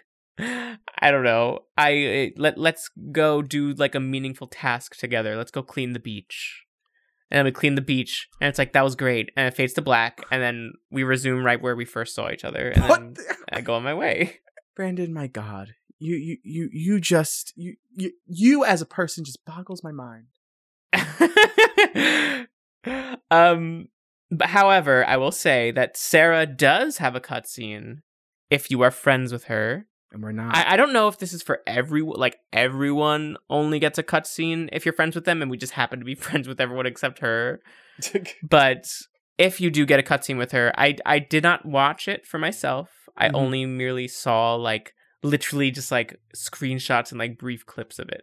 Speaker 2: I don't know. I let let's go do like a meaningful task together. Let's go clean the beach. And then we clean the beach, and it's like that was great. And it fades to black, and then we resume right where we first saw each other. And then I go on my way.
Speaker 1: Brandon, my God, you you you you just you you you as a person just boggles my mind.
Speaker 2: Um, but however, I will say that Sarah does have a cutscene if you are friends with her.
Speaker 1: And we're not.
Speaker 2: I, I don't know if this is for everyone. Like everyone only gets a cutscene if you're friends with them, and we just happen to be friends with everyone except her. but if you do get a cutscene with her, I I did not watch it for myself. I
Speaker 1: Mhm.
Speaker 2: only merely saw like literally just like screenshots and like brief clips of it.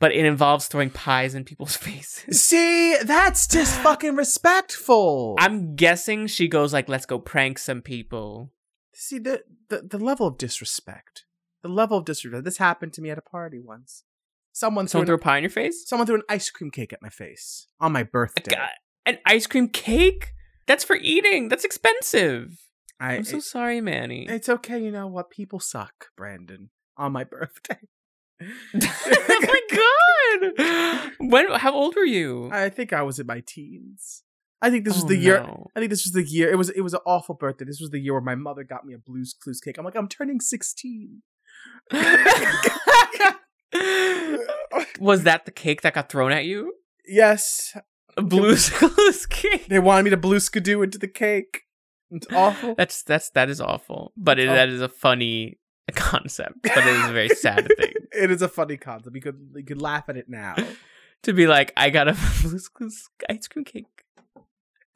Speaker 2: But it involves throwing pies in people's faces.
Speaker 1: See, that's just fucking respectful.
Speaker 2: I'm guessing she goes like, "Let's go prank some people."
Speaker 1: See the, the the level of disrespect, the level of disrespect. This happened to me at a party once. Someone
Speaker 2: Someone
Speaker 1: threw,
Speaker 2: threw a pie in your face.
Speaker 1: Someone threw an ice cream cake at my face on my birthday.
Speaker 2: uh, An ice cream cake? That's for eating. That's expensive.
Speaker 1: I,
Speaker 2: I'm so
Speaker 1: it-
Speaker 2: sorry, Manny.
Speaker 1: It's okay. You know what? People suck, Brandon. On my birthday,
Speaker 2: oh my god! When? How old were you?
Speaker 1: I think I was in my teens. I think this was the
Speaker 2: Oh,
Speaker 1: year.
Speaker 2: no.
Speaker 1: I think this was the year. It was it was an awful birthday. This was the year where my mother got me a Blue's Clues cake. I'm like, I'm turning 16.
Speaker 2: Was that the cake that got thrown at you?
Speaker 1: Yes,
Speaker 2: Blue's Clues cake.
Speaker 1: They wanted me to blue skidoo into the cake. It's awful.
Speaker 2: That's that's that is awful. But it,
Speaker 1: That's
Speaker 2: that is a funny concept. But it is a very sad thing
Speaker 1: It is a funny concept. You could you could laugh at it now.
Speaker 2: to be like, I got a Blue's Clues ice cream cake.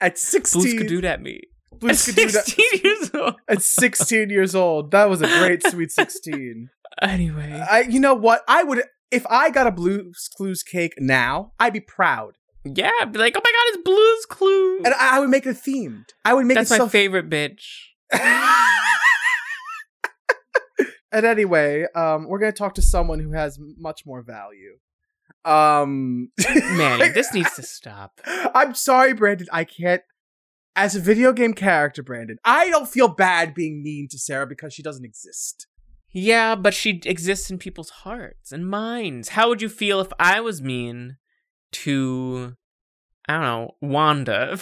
Speaker 1: At 16.
Speaker 2: Blue's Cadood at me.
Speaker 1: Blue
Speaker 2: At
Speaker 1: skidoo-
Speaker 2: 16 years old.
Speaker 1: At 16 years old, that was a great sweet 16.
Speaker 2: Anyway,
Speaker 1: I you know what? I would if I got a Blue's Clues cake now, I'd be proud.
Speaker 2: Yeah, I'd be like, oh my god, it's Blue's Clues.
Speaker 1: And I, I would make it themed. I would make
Speaker 2: That's
Speaker 1: it
Speaker 2: my
Speaker 1: so
Speaker 2: favorite bitch.
Speaker 1: And anyway, um, we're gonna talk to someone who has much more value. Um,
Speaker 2: Manny, this needs to stop.
Speaker 1: I'm sorry, Brandon. I can't. As a video game character, Brandon, I don't feel bad being mean to Sarah because she doesn't exist.
Speaker 2: Yeah, but she exists in people's hearts and minds. How would you feel if I was mean to, I don't know, Wanda?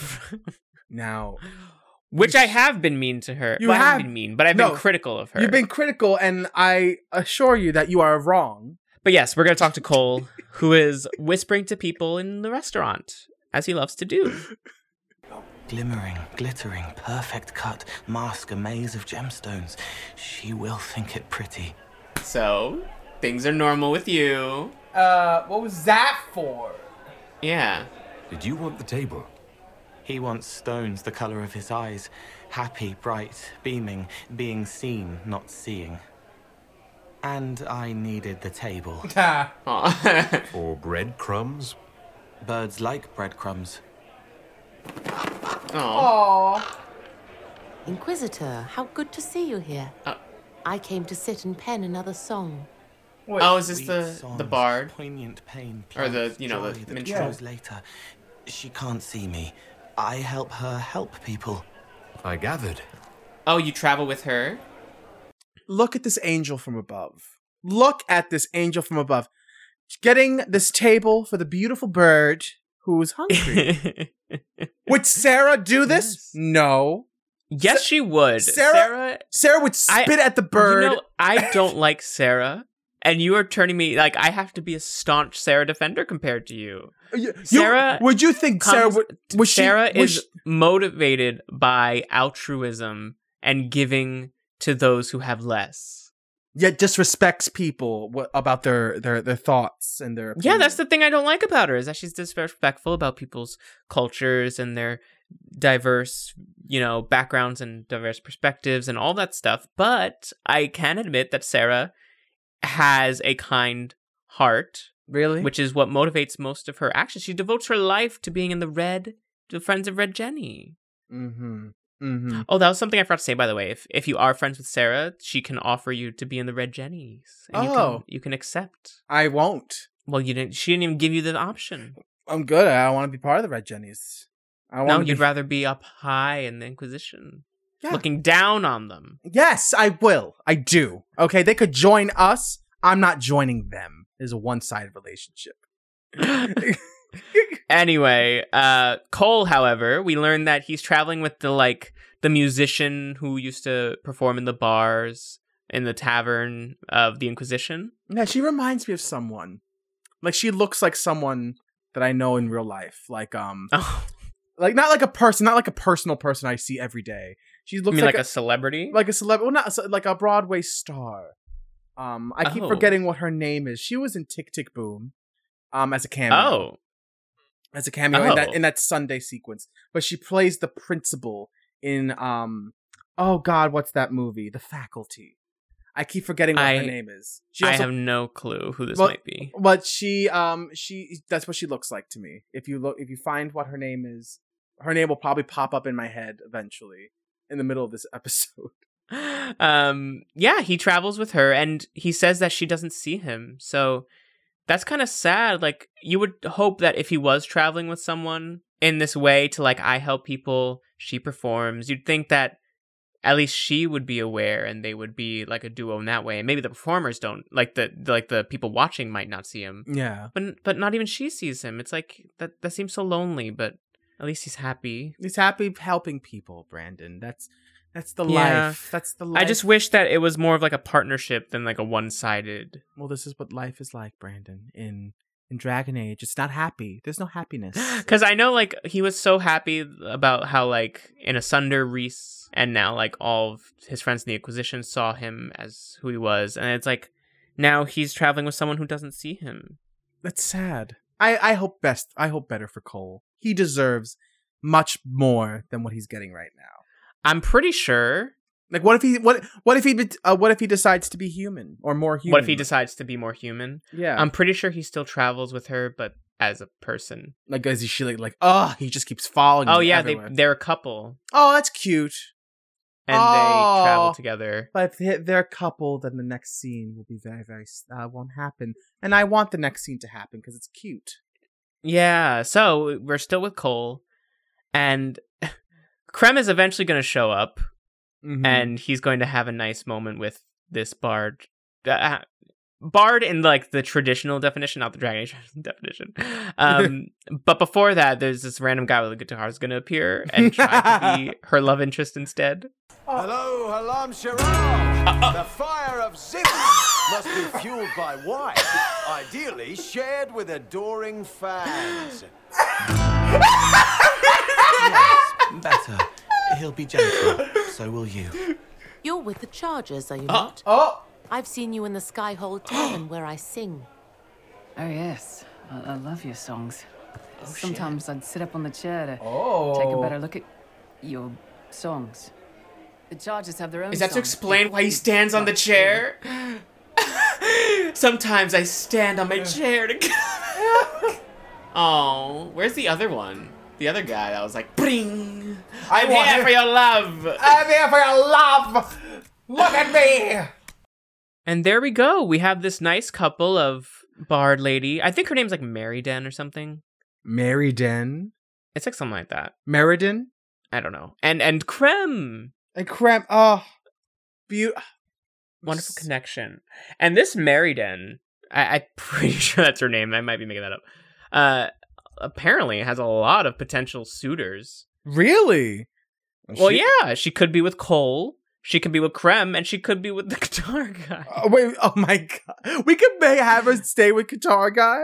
Speaker 1: Now,
Speaker 2: Which I have been mean to her.
Speaker 1: You
Speaker 2: Well, I haven't
Speaker 1: have-
Speaker 2: been mean, but I've
Speaker 1: no.
Speaker 2: been critical of her.
Speaker 1: You've been critical, and I assure you that you are wrong.
Speaker 2: But yes, we're going to talk to Cole, who is whispering to people in the restaurant, as he loves to do.
Speaker 14: Glimmering, glittering, perfect cut, mask a maze of gemstones. She will think it pretty.
Speaker 8: So, things are normal with you.
Speaker 3: Uh, what was that for?
Speaker 8: Yeah.
Speaker 14: Did you want the table? He wants stones the color of his eyes. Happy, bright, beaming, being seen, not seeing. And I needed the table.
Speaker 7: For breadcrumbs?
Speaker 14: Birds like breadcrumbs.
Speaker 3: Aw.
Speaker 15: Inquisitor, how good to see you here. I came to sit and pen another song.
Speaker 8: Oh, is this
Speaker 14: Sweet
Speaker 8: the the
Speaker 14: songs,
Speaker 8: bard?
Speaker 14: Poignant pain.
Speaker 8: Or the,
Speaker 14: plights
Speaker 8: you know,
Speaker 14: joy
Speaker 8: the
Speaker 14: that
Speaker 8: minstrel?
Speaker 14: grows later. She can't see me. I help her help people.
Speaker 7: I gathered.
Speaker 8: Oh, you travel with her?
Speaker 1: Look at this angel from above. Look at this angel from above. Getting this table for the beautiful bird who's hungry. would Sarah do this? No.
Speaker 2: Yes, she would.
Speaker 1: Sarah, Sarah, would spit at the bird.
Speaker 2: You know, I don't like Sarah, and you are turning me like I have to be a staunch Sarah defender compared to you.
Speaker 1: You- you-
Speaker 2: Sarah
Speaker 1: would you think Sarah
Speaker 2: comes-
Speaker 1: would? Was she-
Speaker 2: Sarah
Speaker 1: was
Speaker 2: is
Speaker 1: she-
Speaker 2: motivated by altruism and giving to those who have less.
Speaker 1: yet disrespects people wha- about their their their thoughts and their
Speaker 2: Yeah, that's the thing I don't like about her is that she's disrespectful about people's cultures and their diverse, you know, backgrounds and diverse perspectives and all that stuff. But I can admit that Sarah has a kind heart.
Speaker 1: Really?
Speaker 2: Which is what motivates most of her actions. She devotes her life to being in the red to friends of Red Jenny.
Speaker 1: Mm-hmm. Mm-hmm.
Speaker 2: Oh, that was something I forgot to say, by the way. If if you are friends with Sarah, she can offer you to be in the Red Jennies. And you
Speaker 1: Oh.
Speaker 2: can, you can accept.
Speaker 1: I won't.
Speaker 2: Well, you didn't. She didn't even give you the option.
Speaker 1: I'm good. I don't want to be part of the Red Jennies. I
Speaker 2: No,
Speaker 1: want
Speaker 2: you'd
Speaker 1: be-
Speaker 2: rather be up high in the Inquisition,
Speaker 1: Yeah.
Speaker 2: looking down on them.
Speaker 1: Yes, I will. I do. Okay, they could join us. I'm not joining them. It's a one-sided relationship.
Speaker 2: Anyway, uh, Cole, however, we learned that he's traveling with the like the musician who used to perform in the bars in the tavern of the Inquisition.
Speaker 1: Yeah, she reminds me of someone. Like she looks like someone that I know in real life. Like
Speaker 2: Uh.
Speaker 1: um like not like a person, not like a personal person I see every day. She
Speaker 2: I
Speaker 1: looks
Speaker 2: mean, like,
Speaker 1: like,
Speaker 2: a, celebrity.
Speaker 1: like a celebrity, well, not a ce- like a Broadway star. Um, I keep
Speaker 2: Oh.
Speaker 1: forgetting what her name is. She was in Tick Tick Boom, um, as a cameo.
Speaker 2: Oh.
Speaker 1: as a cameo in
Speaker 2: Oh.
Speaker 1: that in that Sunday sequence. But she plays the principal in um, oh God, what's that movie? The Faculty. I keep forgetting what
Speaker 2: I-
Speaker 1: her name is.
Speaker 2: I have no clue who this
Speaker 1: Well,
Speaker 2: might be.
Speaker 1: But she um she that's what she looks like to me. If you look if you find what her name is, her name will probably pop up in my head eventually in the middle of this episode.
Speaker 2: um yeah he travels with her and he says that she doesn't see him so that's kind of sad like you would hope that if he was traveling with someone in this way to like i help people she performs you'd think that at least she would be aware and they would be like a duo in that way and maybe the performers don't like the like the people watching might not see him
Speaker 1: Yeah.
Speaker 2: but but not even she sees him it's like that that seems so lonely but at least he's happy
Speaker 1: He's happy helping people, Brandon. That's that's the
Speaker 2: Yeah.
Speaker 1: life. That's the life.
Speaker 2: I just wish that it was more of like a partnership than like a one sided.
Speaker 1: Well, this is what life is like, Brandon. In in Dragon Age, it's not happy. There's no happiness.
Speaker 2: Because I know like he was so happy about how like in Asunder Reese and now like all of his friends in the Inquisition saw him as who he was, and it's like now he's traveling with someone who doesn't see him.
Speaker 1: That's sad. I I hope best. I hope better for Cole. He deserves much more than what he's getting right now.
Speaker 2: I'm pretty sure.
Speaker 1: Like, what if he what what if he bet- uh, what if he decides to be human or more human?
Speaker 2: What if he um, decides to be more human?
Speaker 1: Yeah.
Speaker 2: I'm pretty sure he still travels with her, but as a person.
Speaker 1: like is he like like oh he just keeps following?
Speaker 2: Oh
Speaker 1: me
Speaker 2: yeah,
Speaker 1: everywhere.
Speaker 2: they they're a couple
Speaker 1: oh that's cute.
Speaker 2: and they travel
Speaker 1: Oh.
Speaker 2: together.
Speaker 1: But if they- they're a couple, then the next scene will be very very s- uh, won't happen. And I want the next scene to happen because it's cute.
Speaker 2: Yeah, so we're still with Cole, and Krem is eventually going to show up,
Speaker 1: Mhm.
Speaker 3: Mm-hmm.
Speaker 2: Mm-hmm. and he's going to have a nice moment with this bard. Uh, bard in like the traditional definition, not the Dragon Age definition. Um, but before that, there's this random guy with a guitar who's going to appear and try to be her love interest instead.
Speaker 16: Hello, Halam
Speaker 7: Uh-uh.
Speaker 16: Sharal! The fire of Zippo must be fueled by wine, ideally shared with adoring fans.
Speaker 14: Better. He'll be gentle. So will you.
Speaker 15: You're with the Chargers, are you
Speaker 14: Uh,
Speaker 15: not?
Speaker 3: Oh!
Speaker 15: I've seen you in the Skyhole Tavern where I sing.
Speaker 12: Oh yes, I, I love your songs. Sometimes I'd sit up on the chair to take a
Speaker 8: Oh.
Speaker 12: better look at your songs. The Chargers have their own.
Speaker 8: Is that to
Speaker 12: song.
Speaker 8: explain why he stands on the chair? Sometimes I stand on my chair to. oh, where's the other one? The other guy that was like, bring.
Speaker 3: I
Speaker 8: I'm
Speaker 3: want
Speaker 8: here
Speaker 3: it."
Speaker 8: for your love.
Speaker 3: I'm here for your love. Look at me.
Speaker 2: And there we go. We have this nice couple of bard lady. I think her name's like Mary Den or something.
Speaker 1: Mary Den.
Speaker 2: It's like something like that.
Speaker 1: Meriden?
Speaker 2: I don't know. And and Krem.
Speaker 1: And Krem. Oh, beautiful.
Speaker 2: Wonderful connection. And this Meriden, I, I'm pretty sure that's her name. I might be making that up. Uh, apparently has a lot of potential suitors.
Speaker 1: Really?
Speaker 2: Well,
Speaker 1: She-
Speaker 2: yeah, she could be with Cole. She could be with Krem, and she could be with the guitar guy.
Speaker 1: Oh, wait, oh my god. We could may have her stay with Guitar Guy.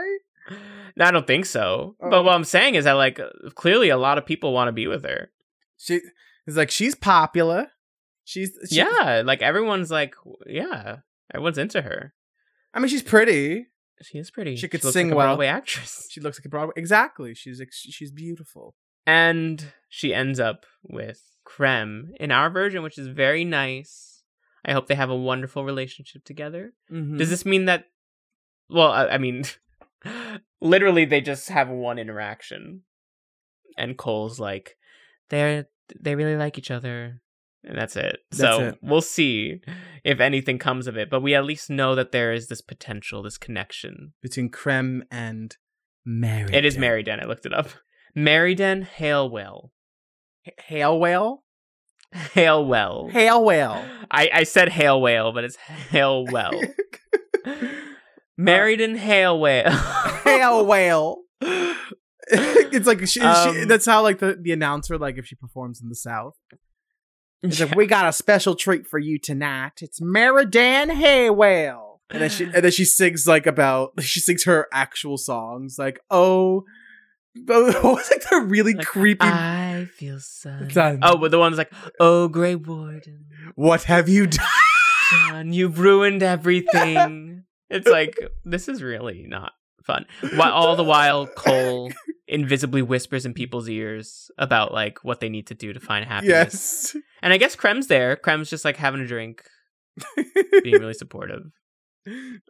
Speaker 2: No, I don't think so.
Speaker 1: Oh.
Speaker 2: But what I'm saying is that like clearly a lot of people want to be with her.
Speaker 1: She is like she's popular. She's she-
Speaker 2: yeah, like everyone's like yeah, everyone's into her.
Speaker 1: I mean, she's pretty.
Speaker 2: She is pretty.
Speaker 1: She could
Speaker 2: She looks
Speaker 1: sing
Speaker 2: like a
Speaker 1: well.
Speaker 2: Broadway actress.
Speaker 1: She looks like a Broadway. Exactly. She's ex- she's beautiful.
Speaker 2: And she ends up with Krem in our version, which is very nice. I hope they have a wonderful relationship together.
Speaker 1: Mhm.
Speaker 2: Does this mean that? Well, I, I mean, literally, they just have one interaction, and Cole's like, "They're they really like each other," and that's it.
Speaker 1: That's
Speaker 2: so
Speaker 1: it.
Speaker 2: we'll see if anything comes of it. But we at least know that there is this potential, this connection.
Speaker 1: Between Krem and Mary.
Speaker 2: It is Meriden. I looked it up. Meriden Halewell.
Speaker 1: Hail whale.
Speaker 2: Halewell.
Speaker 1: Hail whale.
Speaker 2: I, I said hail whale, but it's hail well. Married in hail whale.
Speaker 1: Hail whale. it's like she, she,
Speaker 2: Um,
Speaker 1: that's how like the, the announcer like if she performs in the South. It's like we got a special treat for you tonight. It's Meridan Haywell. And then she and then she sings like about she sings her actual songs like oh what was like uh, the really creepy
Speaker 2: I feel so.
Speaker 1: Done.
Speaker 2: Oh, but the one's like, oh, Grey Warden,
Speaker 1: what have you done
Speaker 2: John, you've ruined everything. it's like, this is really not fun. While all the while, Cole invisibly whispers in people's ears about like what they need to do to find happiness.
Speaker 1: yes
Speaker 2: And I guess Krem's there. Krem's just like having a drink, being really supportive.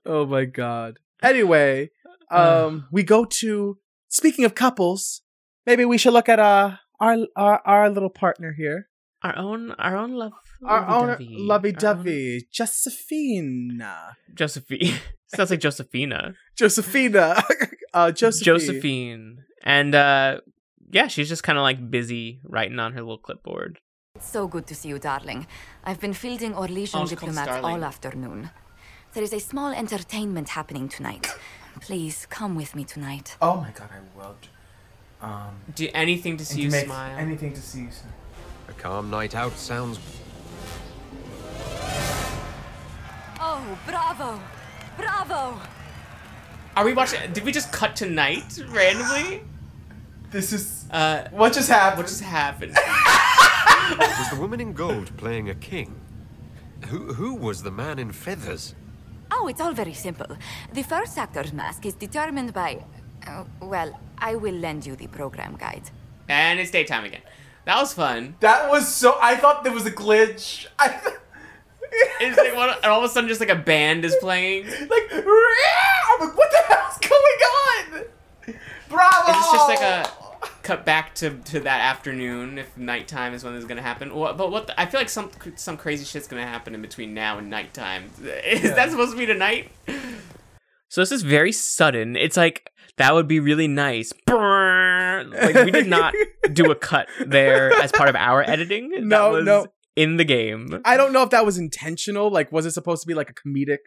Speaker 1: oh my god anyway um we go to speaking of couples maybe we should look at uh our our, our little partner here
Speaker 2: Our own, our own love,
Speaker 1: our own
Speaker 2: lovey-dovey.
Speaker 1: lovey dovey Josephina
Speaker 2: Josephine. Sounds like Josephina.
Speaker 1: Josephina uh Josephine
Speaker 2: Josephine. And uh yeah, she's just kind of like busy writing on her little clipboard.
Speaker 5: It's so good to see you, darling. I've been fielding
Speaker 2: Oh,
Speaker 5: Orlesian
Speaker 2: it's called
Speaker 5: diplomats
Speaker 2: Starling.
Speaker 5: all afternoon. There is a small entertainment happening tonight. Please come with me tonight.
Speaker 3: Oh my god, I will. Um,
Speaker 2: Do anything to see
Speaker 3: and
Speaker 2: you
Speaker 3: to make
Speaker 2: smile.
Speaker 3: Anything to see you smile.
Speaker 7: A calm night out sounds.
Speaker 5: Oh, bravo! Bravo!
Speaker 2: Are we watching? Did we just cut to night randomly?
Speaker 3: This is
Speaker 2: uh
Speaker 3: what just happened.
Speaker 2: What just happened?
Speaker 7: Was the woman in gold playing a king? Who who was the man in feathers?
Speaker 5: Oh, it's all very simple. The first actor's mask is determined by. Uh, well, I will lend you the program guide.
Speaker 2: and it's daytime again. That was fun.
Speaker 3: That was so. I thought there was a glitch. I th-
Speaker 2: It's like one, and all of a sudden, just like a band is playing. Is
Speaker 3: like, I'm like, what the hell's going on? Bravo!
Speaker 2: this just like a
Speaker 1: Oh.
Speaker 2: cut back to, to that afternoon if nighttime is when this is gonna happen? What, but what? The, I feel like some some crazy shit's gonna happen in between now and nighttime. Is that supposed to be tonight? So this is very sudden. It's like that would be really nice. Like we did not do a cut there as part of our editing.
Speaker 1: No,
Speaker 2: that was
Speaker 1: no.
Speaker 2: in the game.
Speaker 1: I don't know if that was intentional. Like, was it supposed to be like a comedic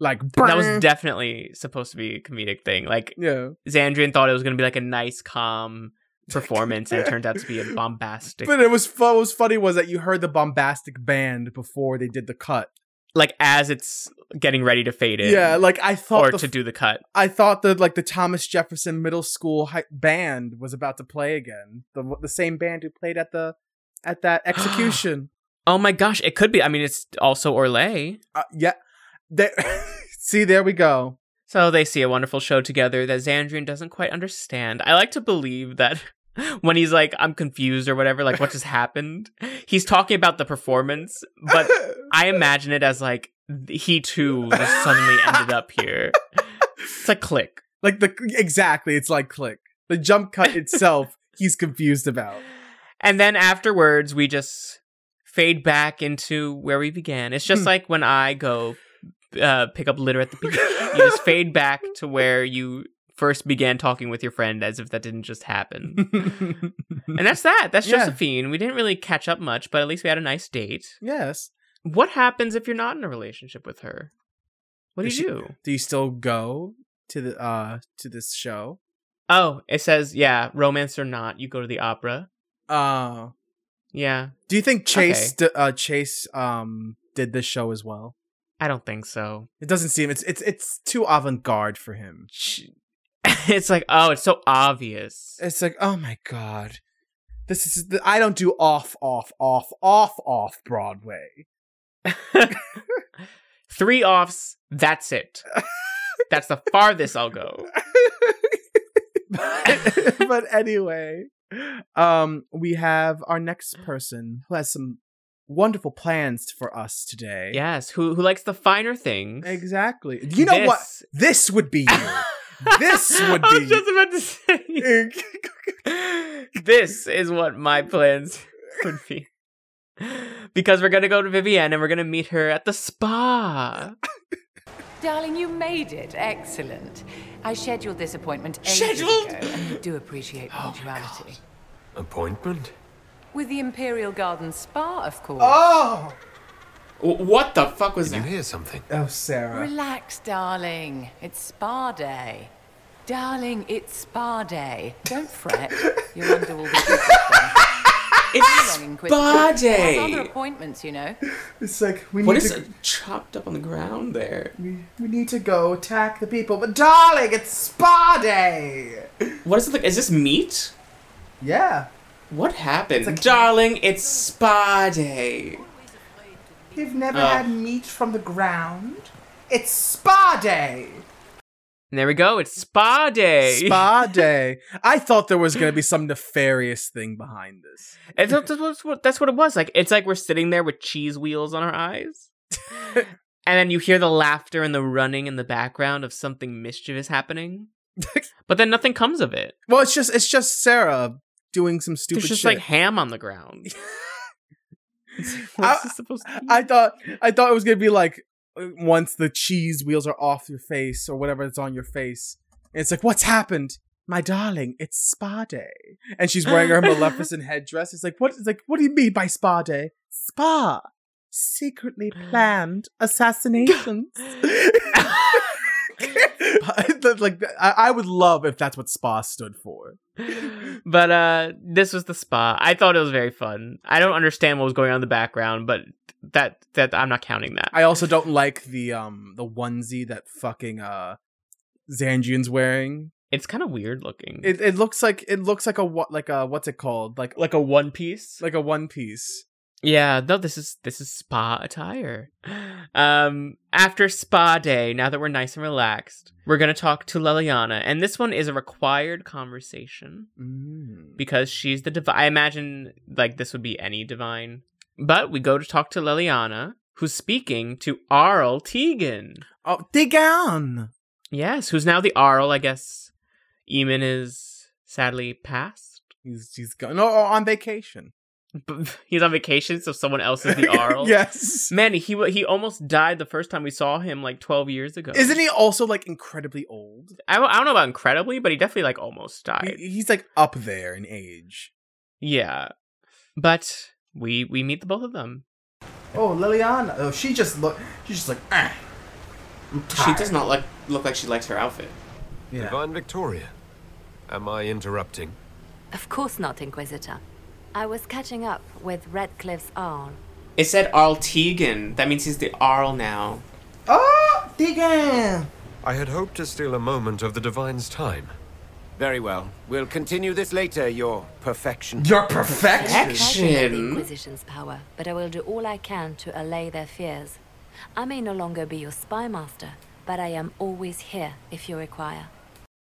Speaker 1: Like
Speaker 2: that was definitely supposed to be a comedic thing. Like
Speaker 1: Yeah.
Speaker 2: Xandrian thought it was gonna be like a nice, calm performance, and it turned out to be a bombastic
Speaker 1: But it was fu- what was funny was that you heard the bombastic band before they did the cut.
Speaker 2: like as it's getting ready to fade in.
Speaker 1: Yeah, like, I thought
Speaker 2: or
Speaker 1: the
Speaker 2: to
Speaker 1: f-
Speaker 2: do the cut.
Speaker 1: I thought that like the Thomas Jefferson Middle School hi- band was about to play again. The the same band who played at the at that execution.
Speaker 2: Oh my gosh, it could be. I mean, it's also Orlay.
Speaker 1: Uh, yeah. They- see, there we go.
Speaker 2: So they see a wonderful show together that Xandrian doesn't quite understand. I like to believe that when he's like, I'm confused or whatever, like, what just happened? He's talking about the performance, but I imagine it as like, he too just suddenly ended up here. It's like click.
Speaker 1: Like the exactly, it's like click. The jump cut itself he's confused about.
Speaker 2: And then afterwards, we just fade back into where we began. It's
Speaker 1: Hmm.
Speaker 2: just like when I go uh, pick up litter at the beach. you just fade back to where you first began talking with your friend as if that didn't just happen. and that's that. That's
Speaker 1: Yeah.
Speaker 2: Josephine. We didn't really catch up much, but at least we had a nice date.
Speaker 1: Yes.
Speaker 2: What happens if you're not in a relationship with her? What do
Speaker 1: Is
Speaker 2: you
Speaker 1: she-
Speaker 2: do?
Speaker 1: Do you still go to the uh to this show?
Speaker 2: Oh, it says, yeah, romance or not, you go to the opera.
Speaker 1: Oh.
Speaker 2: Yeah.
Speaker 1: Do you think Chase d- uh, Chase um did this show as well?
Speaker 2: I don't think so.
Speaker 1: It doesn't seem it's it's it's too avant garde for him.
Speaker 2: it's like, oh, it's so obvious.
Speaker 1: It's like, oh my god, this is the, I don't do off off off off off Broadway.
Speaker 2: Three offs, that's it. that's the farthest I'll go.
Speaker 1: but anyway, um, we have our next person who has some wonderful plans for us today.
Speaker 2: Yes, who who likes the finer things.
Speaker 1: Exactly. You know what?
Speaker 2: This-
Speaker 1: This would be you. this would be.
Speaker 2: I was just about to say. this is what my plans would be. Because we're going to go to Vivienne and we're going to meet her at the spa.
Speaker 17: Darling, you made it. Excellent. I scheduled this appointment ages
Speaker 13: Scheduled?
Speaker 17: ago, and you do
Speaker 8: Oh,
Speaker 17: appreciate punctuality.
Speaker 7: Appointment?
Speaker 17: With the Imperial Garden Spa, of course.
Speaker 1: Oh!
Speaker 8: What the fuck was
Speaker 7: Did you hear something?
Speaker 1: Oh, Sarah.
Speaker 17: Relax, darling. It's spa day. Darling, it's spa day. Don't fret. You're under all the It's
Speaker 8: spa day.
Speaker 17: other appointments, you know.
Speaker 1: It's like we
Speaker 8: What
Speaker 1: need
Speaker 8: is
Speaker 1: to.
Speaker 8: uh, chopped up on the ground there?
Speaker 1: We, we need to go attack the people, but darling, it's spa day.
Speaker 8: What is it like? Is this meat?
Speaker 1: Yeah.
Speaker 8: What happened? Darling, it's spa day.
Speaker 1: You've never
Speaker 8: Oh.
Speaker 1: had meat from the ground. It's spa day.
Speaker 2: And there we go. It's spa day.
Speaker 1: Spa day. I thought there was going to be some nefarious thing behind this.
Speaker 2: And that's, that's, what, that's what it was. Like it's like we're sitting there with cheese wheels on our eyes. and then you hear the laughter and the running in the background of something mischievous happening. but then nothing comes of it.
Speaker 1: Well, it's just it's just Sarah doing some stupid
Speaker 2: There's just
Speaker 1: shit.
Speaker 2: like ham on the ground.
Speaker 1: I, I thought I thought it was gonna be like uh, once the cheese wheels are off your face or whatever that's on your face, and it's like, what's happened, my darling? It's spa day, and she's wearing her Maleficent headdress. It's like, what? It's like, what do you mean by spa day? Spa, secretly planned assassinations. But, like I, I would love if that's what spa stood for.
Speaker 2: but uh this was the spa. I thought it was very fun. I don't understand what was going on in the background, but that that I'm not counting that.
Speaker 1: I also don't like the um the onesie that fucking uh Zangian's wearing.
Speaker 2: It's kind of weird looking.
Speaker 1: It it looks like it looks like a what like a what's it called like
Speaker 2: like a one piece
Speaker 1: like a one piece.
Speaker 2: Yeah, no, this is this is spa attire. Um, after spa day, now that we're nice and relaxed, we're gonna talk to Leliana, and this one is a required conversation because she's the divine. I imagine like this would be any divine, but we go to talk to Leliana, who's speaking to Arl Tegan.
Speaker 1: Oh, Tegan.
Speaker 2: Yes, who's now the Arl? I guess Eamon is sadly passed.
Speaker 1: He's he's gone no, or on vacation.
Speaker 2: he's on vacation, so someone else is the Arl.
Speaker 1: Yes.
Speaker 2: man, he wa- he almost died the first time we saw him like twelve years ago.
Speaker 1: Isn't he also like incredibly old?
Speaker 2: I, don't- I don't know about incredibly, but he definitely like almost died.
Speaker 1: He- he's like up there in age.
Speaker 2: yeah, but we we meet the both of them.
Speaker 3: Oh, Liliana. Oh, she just look. She's just like. "Eh."
Speaker 8: She does not like look like she likes her outfit.
Speaker 7: Divine Victoria, am I interrupting?
Speaker 13: Of course not, Inquisitor. I was catching up with Redcliffe's Arl.
Speaker 8: It said Arl Tegan. That means he's the Arl now.
Speaker 3: Oh, Tegan!
Speaker 7: I had hoped to steal a moment of the Divine's time.
Speaker 16: Very well. We'll continue this later, your perfection.
Speaker 3: Your
Speaker 13: Perfection. The Inquisition's power, but I will do all I can to allay their fears. I may no longer be your spy master, but I am always here if you require.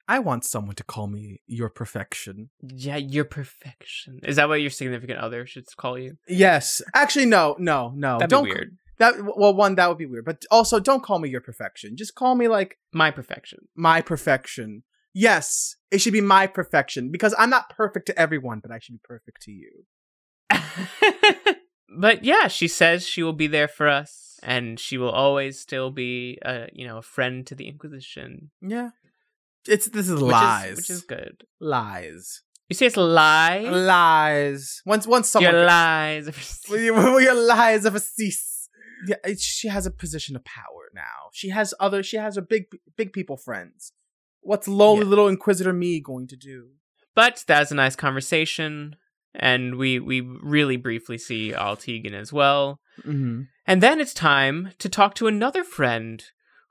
Speaker 1: I want someone to call me your perfection.
Speaker 2: Yeah, your perfection. Is that what your significant other should call you?
Speaker 1: Yes. Actually, no, no, no.
Speaker 2: That'd be
Speaker 1: don't
Speaker 2: weird.
Speaker 1: That well, one that would be weird, but also don't call me your perfection. Just call me like
Speaker 2: my perfection.
Speaker 1: My perfection. Yes, it should be my perfection because I'm not perfect to everyone, but I should be perfect to you.
Speaker 2: But yeah, she says she will be there for us, and she will always still be a you know a friend to the Inquisition.
Speaker 1: Yeah. It's this is
Speaker 2: Which is-
Speaker 1: lies.
Speaker 2: which is good.
Speaker 1: Lies.
Speaker 2: You say it's lies.
Speaker 1: Lies. Once once someone
Speaker 2: Your lies.
Speaker 1: Will you- will your lies ever cease? Yeah, it- she has a position of power now. She has other. She has her big big people friends. What's lonely little Inquisitor me going to do?
Speaker 2: But that's a nice conversation, and we we really briefly see Altegan as well.
Speaker 1: Mhm.
Speaker 2: And then it's time to talk to another friend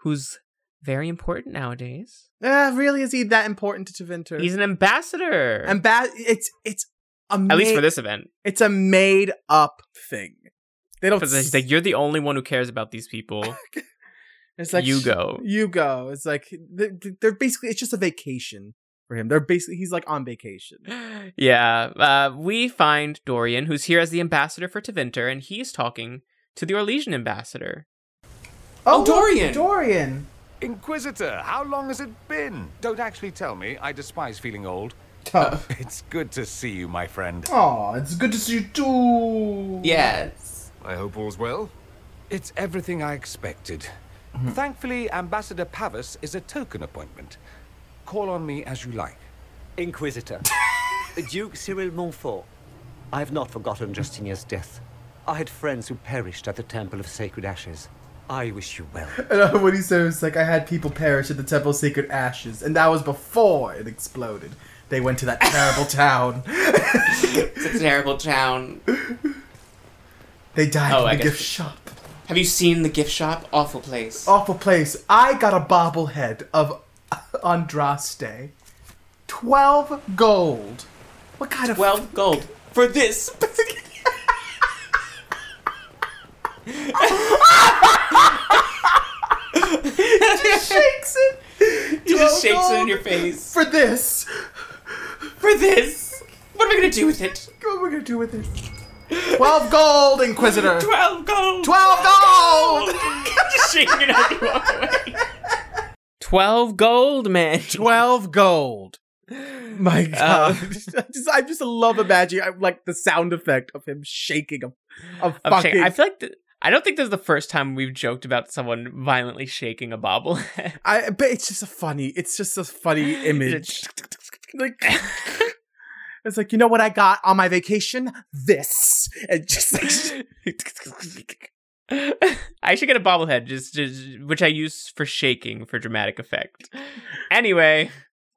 Speaker 2: who's very important nowadays.
Speaker 1: Eh, really, is he that important to Tevinter?
Speaker 2: He's an ambassador.
Speaker 1: and bad. It's it's a
Speaker 2: At least
Speaker 1: made-
Speaker 2: for this event.
Speaker 1: It's a made up thing. They don't.
Speaker 2: Because it's like, you're the only one who cares about these people.
Speaker 1: It's like
Speaker 2: you
Speaker 1: sh-
Speaker 2: go.
Speaker 1: You go. It's like they're, they're basically. It's just a vacation for him. They're basically. He's like on vacation.
Speaker 2: Yeah. Uh, we find Dorian, who's here as the ambassador for Tevinter, and he's talking to the Orlesian ambassador.
Speaker 3: Oh,
Speaker 2: Dorian!
Speaker 1: Oh.
Speaker 3: Dorian.
Speaker 4: Inquisitor, how long has it been? Don't actually tell me. I despise feeling old.
Speaker 3: Tough.
Speaker 4: It's good to see you, my friend.
Speaker 3: Aw, it's good to see you too.
Speaker 4: Yes. I hope all's well. It's everything I expected.
Speaker 7: Mm-hmm.
Speaker 4: Thankfully, Ambassador Pavis is a token appointment. Call on me as you like.
Speaker 18: Inquisitor. Duke Cyril Montfort. I have not forgotten Justinia's death. I had friends who perished at the Temple of Sacred Ashes. I wish you well.
Speaker 1: And uh, what he said was like, I had people perish at the Temple of Sacred Ashes, and that was before it exploded. They went to that terrible town.
Speaker 8: It's a terrible town.
Speaker 1: They died
Speaker 8: Oh,
Speaker 1: in
Speaker 8: I
Speaker 1: the
Speaker 8: guess
Speaker 1: gift
Speaker 8: it-
Speaker 1: shop.
Speaker 8: Have you seen the gift shop? Awful place.
Speaker 1: Awful place. I got a bobblehead of Andraste. Twelve gold. What kind of
Speaker 8: twelve gold for this?
Speaker 3: just shakes it.
Speaker 8: He
Speaker 3: Twelve
Speaker 8: just shakes it in
Speaker 3: gold
Speaker 8: your face.
Speaker 1: For this.
Speaker 8: For this. What am I gonna do with it?
Speaker 1: What am I gonna do with it? Twelve gold, Inquisitor.
Speaker 8: Twelve gold.
Speaker 1: Twelve gold.
Speaker 8: just shaking it out. You walk away.
Speaker 2: 12 gold, man.
Speaker 1: 12 gold.
Speaker 2: Um,
Speaker 1: My God. I just I just love imagining I, like the sound effect of him shaking a, a
Speaker 2: Of shake-
Speaker 1: fucking.
Speaker 2: I feel like th- I don't think this is the first time we've joked about someone violently shaking a bobblehead.
Speaker 1: I but it's just a funny. It's just a funny image. like it's like you know what I got on my vacation? This and just like
Speaker 2: I should get a bobblehead, just, just which I use for shaking for dramatic effect. Anyway,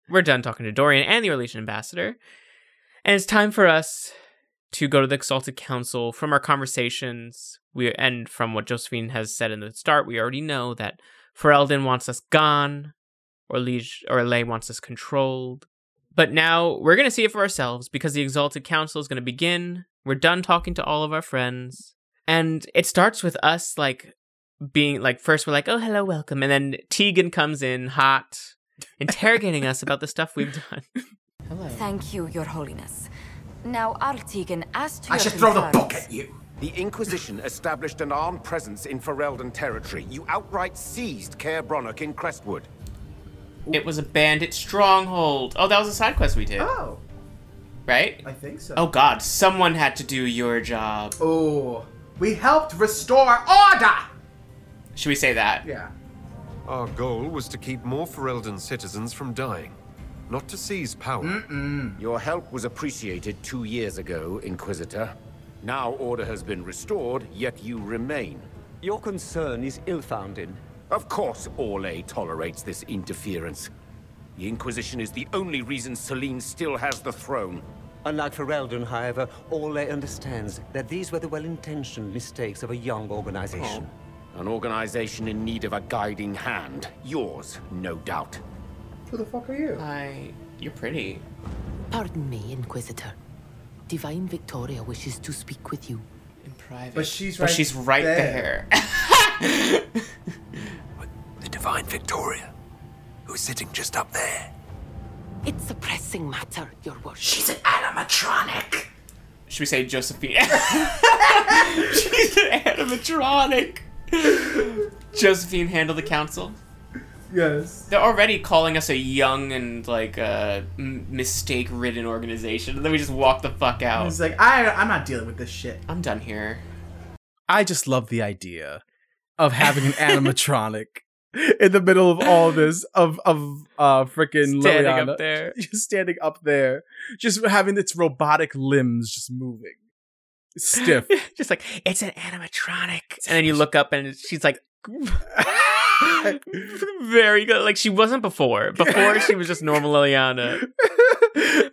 Speaker 2: we're done talking to Dorian and the Orlesian ambassador, and it's time for us to go to the Exalted Council. From our conversations, we and from what Josephine has said in the start, we already know that Ferelden wants us gone, or Orlay wants us controlled. But now we're going to see it for ourselves because the Exalted Council is going to begin. We're done talking to all of our friends. And it starts with us like being like, first we're like, oh, hello, welcome. And then Tegan comes in hot, interrogating us about the stuff we've done.
Speaker 5: Thank you, Your Holiness. Now, Artigan, as to
Speaker 16: I
Speaker 5: your
Speaker 16: should throw the
Speaker 5: concerns-
Speaker 16: book at you. The Inquisition established an armed presence in Ferelden territory. You outright seized Caer Bronnock in Crestwood.
Speaker 8: It was a bandit stronghold. Oh, that was a side quest we did.
Speaker 1: Oh.
Speaker 8: Right?
Speaker 1: I think so.
Speaker 8: Oh god, someone had to do your job.
Speaker 1: Oh. We helped restore order.
Speaker 8: Should we say that?
Speaker 1: Yeah.
Speaker 7: Our goal was to keep more Ferelden citizens from dying, not to seize power.
Speaker 16: Your help was appreciated two years ago, Inquisitor. Now order has been restored, yet you remain.
Speaker 18: Your concern is ill founded.
Speaker 19: Of course Orlais tolerates this interference. The Inquisition is the only reason Selene still has the throne.
Speaker 18: Unlike Ferelden, however, Orlais understands that these were the well-intentioned mistakes of a young organization.
Speaker 19: An organization in need of a guiding hand. Yours, no doubt.
Speaker 3: Who the fuck are you?
Speaker 8: I. You're pretty.
Speaker 15: Pardon me, Inquisitor. Divine Victoria wishes to speak with you.
Speaker 8: In private.
Speaker 3: But she's
Speaker 8: But
Speaker 3: right
Speaker 8: she's right there.
Speaker 3: there.
Speaker 9: The Divine Victoria, who's sitting just up there.
Speaker 15: It's a pressing matter, Your Worship.
Speaker 8: She's an animatronic. Should we say Josephine? she's an animatronic. Josephine handle the council.
Speaker 3: Yes.
Speaker 8: They're already calling us a young and like uh, m- mistake-ridden organization, and then we just walk the fuck out.
Speaker 3: He's like, I, I'm not dealing with this shit.
Speaker 8: I'm done here.
Speaker 1: I just love the idea of having an animatronic in the middle of all this of of uh freaking
Speaker 2: Standing up
Speaker 1: Liliana
Speaker 2: there.
Speaker 1: just standing up there, just having its robotic limbs just moving stiff.
Speaker 2: just like it's an animatronic. And then you look up and she's like very good. Like she wasn't before. Before she was just normal Liliana.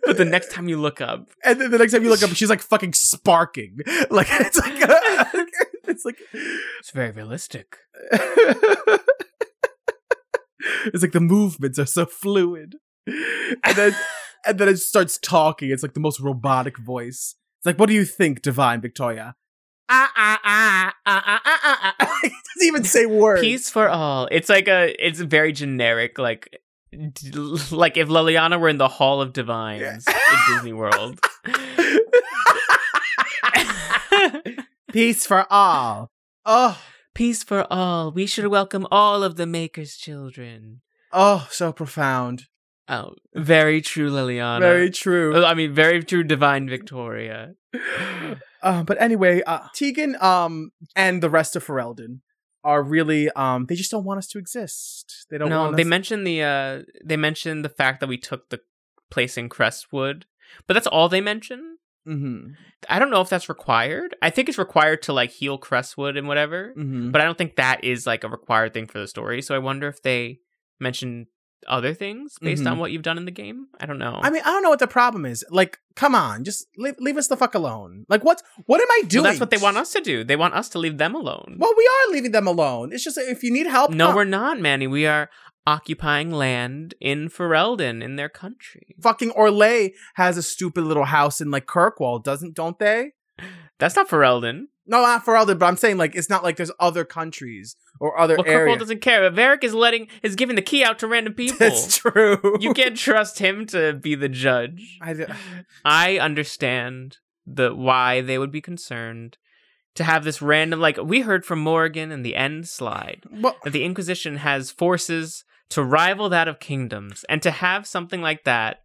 Speaker 2: But the next time you look up,
Speaker 1: And then the next time you look up, she's like fucking sparking. Like it's like it's like
Speaker 2: it's very realistic.
Speaker 1: it's like the movements are so fluid. And then and then it starts talking. It's like the most robotic voice. It's like, what do you think, Divine Victoria? Ah ah ah ah ah ah ah. It doesn't even say words.
Speaker 2: Peace for all. It's like a. It's very generic. Like, d- like if Liliana were in the Hall of Divines in Disney World.
Speaker 1: Peace for all. Oh,
Speaker 2: peace for all. We should welcome all of the Maker's children.
Speaker 1: Oh, so profound.
Speaker 2: Oh, very true, Liliana.
Speaker 1: Very true.
Speaker 2: Uh, I mean, very true, Divine Victoria.
Speaker 1: Uh, but anyway,
Speaker 2: Ah.
Speaker 1: uh, Tegan um, and the rest of Ferelden are really um, they just don't want us to exist. They don't.
Speaker 2: no,
Speaker 1: want
Speaker 2: they
Speaker 1: us-
Speaker 2: mentioned the. Uh, they mentioned the fact that we took the place in Crestwood, but that's all they mention.
Speaker 1: Mm-hmm.
Speaker 2: I don't know if that's required. I think it's required to like heal Crestwood and whatever,
Speaker 1: Mhm.
Speaker 2: but I don't think that is like a required thing for the story. So I wonder if they mentioned other things based
Speaker 1: Mhm.
Speaker 2: on what you've done in the game. I don't know.
Speaker 1: I mean, I don't know what the problem is. Like, come on, just leave, leave us the fuck alone. Like, what? What am I doing?
Speaker 2: Well, that's what they want us to do. They want us to leave them alone.
Speaker 1: Well, we are leaving them alone. It's just if you need help,
Speaker 2: No,
Speaker 1: come.
Speaker 2: we're not, Manny. We are occupying land in Ferelden, in their country.
Speaker 1: fucking Orlay has a stupid little house in like Kirkwall, doesn't? Don't they?
Speaker 2: That's not Ferelden.
Speaker 1: No, not Ferelden, but I'm saying like it's not like there's other countries or other
Speaker 2: Well, Kirkwall
Speaker 1: areas.
Speaker 2: doesn't care. But Varric is letting is giving the key out to random people.
Speaker 1: That's true.
Speaker 2: You can't trust him to be the judge.
Speaker 1: I d-
Speaker 2: I understand the why they would be concerned to have this random like we heard from Morgan in the end slide that the Inquisition has forces to rival that of kingdoms and to have something like that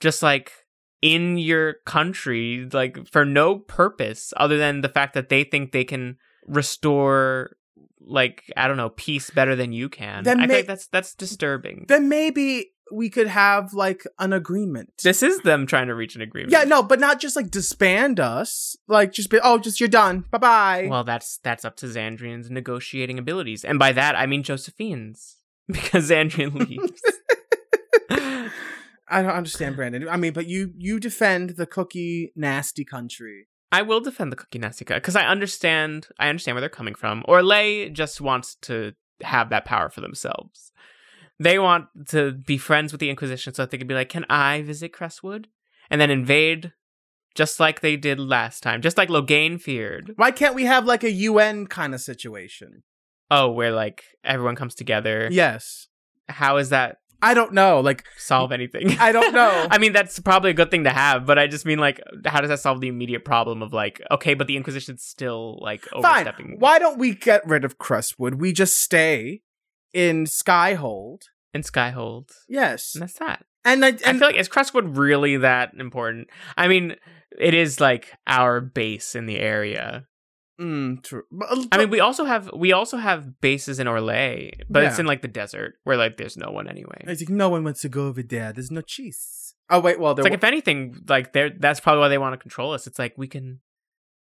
Speaker 2: just like in your country like for no purpose other than the fact that they think they can restore like I don't know peace better than you can.
Speaker 1: Then
Speaker 2: I
Speaker 1: may-
Speaker 2: think that's that's disturbing.
Speaker 1: then maybe we could have like an agreement.
Speaker 2: This is them trying to reach an agreement.
Speaker 1: Yeah, no, but not just like disband us. Like just be oh, just you're done. Bye bye.
Speaker 2: Well, that's that's up to Xandrian's negotiating abilities, and by that I mean Josephine's, because Xandrian leaves.
Speaker 1: I don't understand, Brandon. I mean, but you you defend the cookie nasty country.
Speaker 2: I will defend the cookie Nessica because I understand. I understand where they're coming from. Orlay just wants to have that power for themselves. They want to be friends with the Inquisition so that they could be like, "Can I visit Crestwood?" and then invade, just like they did last time, just like Loghain feared.
Speaker 1: Why can't we have like a UN kind of situation?
Speaker 2: Oh, where like everyone comes together.
Speaker 1: Yes.
Speaker 2: How is that?
Speaker 1: I don't know. Like
Speaker 2: solve anything.
Speaker 1: I don't know.
Speaker 2: I mean, that's probably a good thing to have, but I just mean like, how does that solve the immediate problem of like, okay, but the Inquisition's still like
Speaker 1: Fine.
Speaker 2: overstepping?
Speaker 1: Why don't we get rid of Crestwood? We just stay in Skyhold.
Speaker 2: In Skyhold.
Speaker 1: Yes.
Speaker 2: And that's that.
Speaker 1: And I,
Speaker 2: I feel like is Crestwood really that important? I mean, it is like our base in the area.
Speaker 1: Mm, true.
Speaker 2: I mean, we also have we also have bases in Orlais, but it's
Speaker 1: Yeah.
Speaker 2: in like the desert where like there's no one anyway.
Speaker 1: It's like no one wants to go over there. There's no cheese. Oh wait, well
Speaker 2: It's
Speaker 1: there
Speaker 2: like
Speaker 1: wa-
Speaker 2: if anything, like they're that's probably why they want to control us. It's like we can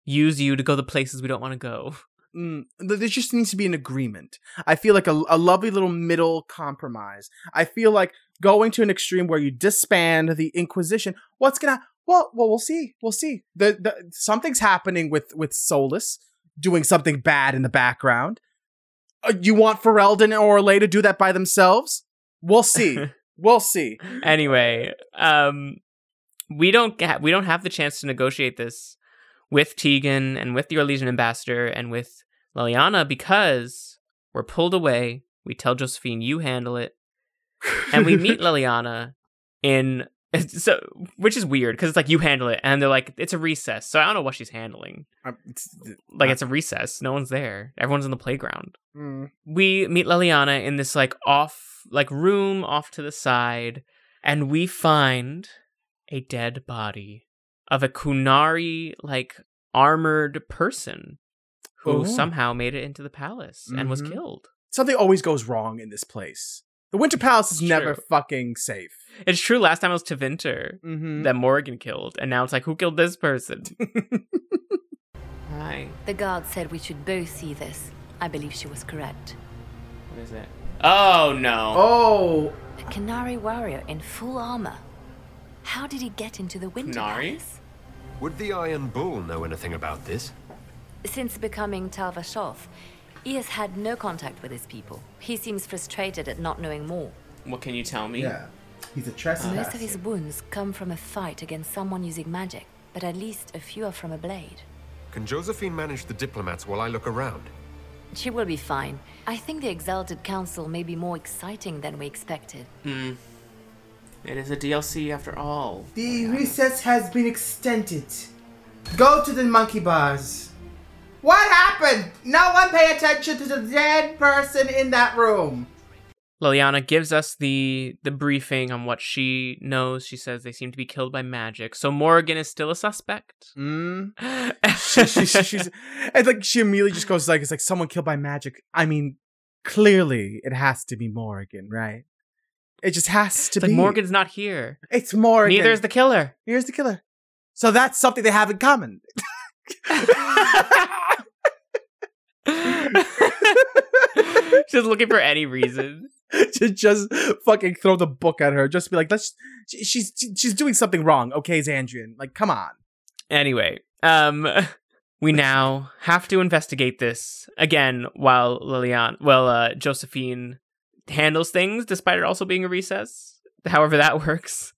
Speaker 2: use you to go the places we don't want to go.
Speaker 1: mm, th- there just needs to be an agreement. I feel like a, a lovely little middle compromise. I feel like going to an extreme where you disband the Inquisition. What's gonna? Well, well, we'll see. We'll see. The, the something's happening with with Solus doing something bad in the background. Uh, you want Ferelden or Orlais to do that by themselves? We'll see. we'll see.
Speaker 2: anyway, um, we don't ha- we don't have the chance to negotiate this with Tegan and with the Orlesian ambassador and with Liliana because we're pulled away. We tell Josephine you handle it, and we meet Liliana in so which is weird because it's like you handle it, and they're like it's a recess. So I don't know what she's handling.
Speaker 1: Um, it's-
Speaker 2: Like it's a recess. No one's there. Everyone's in the playground.
Speaker 1: Mm.
Speaker 2: we meet Liliana in this like off like room off to the side, and we find a dead body of a Kunari like armored person who
Speaker 1: Ooh.
Speaker 2: somehow made it into the palace and was
Speaker 1: Mhm.
Speaker 2: killed.
Speaker 1: Something always goes wrong in this place. The Winter Palace is never fucking safe.
Speaker 2: It's true. Last time it was Tevinter that Morgan killed, and now it's like who killed this person? Hi.
Speaker 13: The guard said we should both see this. I believe she was correct.
Speaker 2: What is it? Oh no.
Speaker 1: Oh.
Speaker 13: A Canary warrior in full armor. How did he get into the window?
Speaker 7: Nari? Would the Iron Bull know anything about this?
Speaker 13: Since becoming Talvashov, he has had no contact with his people. He seems frustrated at not knowing more.
Speaker 2: What can you tell me?
Speaker 1: Yeah. He's a
Speaker 13: Most of his wounds come from a fight against someone using magic, but at least a few are from a blade.
Speaker 7: Can Josephine manage the diplomats while I look around?
Speaker 13: She will be fine. I think the Exalted Council may be more exciting than we expected.
Speaker 8: Hmm. It is a DLC after all.
Speaker 3: The recess has been extended. Go to the monkey bars. What happened? No one pay attention to the dead person in that room.
Speaker 2: Liliana gives us the the briefing on what she knows. She says they seem to be killed by magic. So Morgan is still a suspect.
Speaker 1: Mm. she, she, she- she's, and like she immediately just goes like, "It's like someone killed by magic." I mean, clearly it has to be Morgan, right? It just has to
Speaker 2: It's
Speaker 1: be
Speaker 2: like Morgan's not here.
Speaker 1: It's Morgan.
Speaker 2: Neither is the killer.
Speaker 1: Here's the killer. So that's something they have in common.
Speaker 2: She's looking for any reason.
Speaker 1: to just fucking throw the book at her. Just be like, "Let's." She, she's she's doing something wrong. Okay, Zandrian. Like, come on.
Speaker 2: Anyway, um we now have to investigate this again while Liliana well uh Josephine handles things despite it also being a recess. However that works.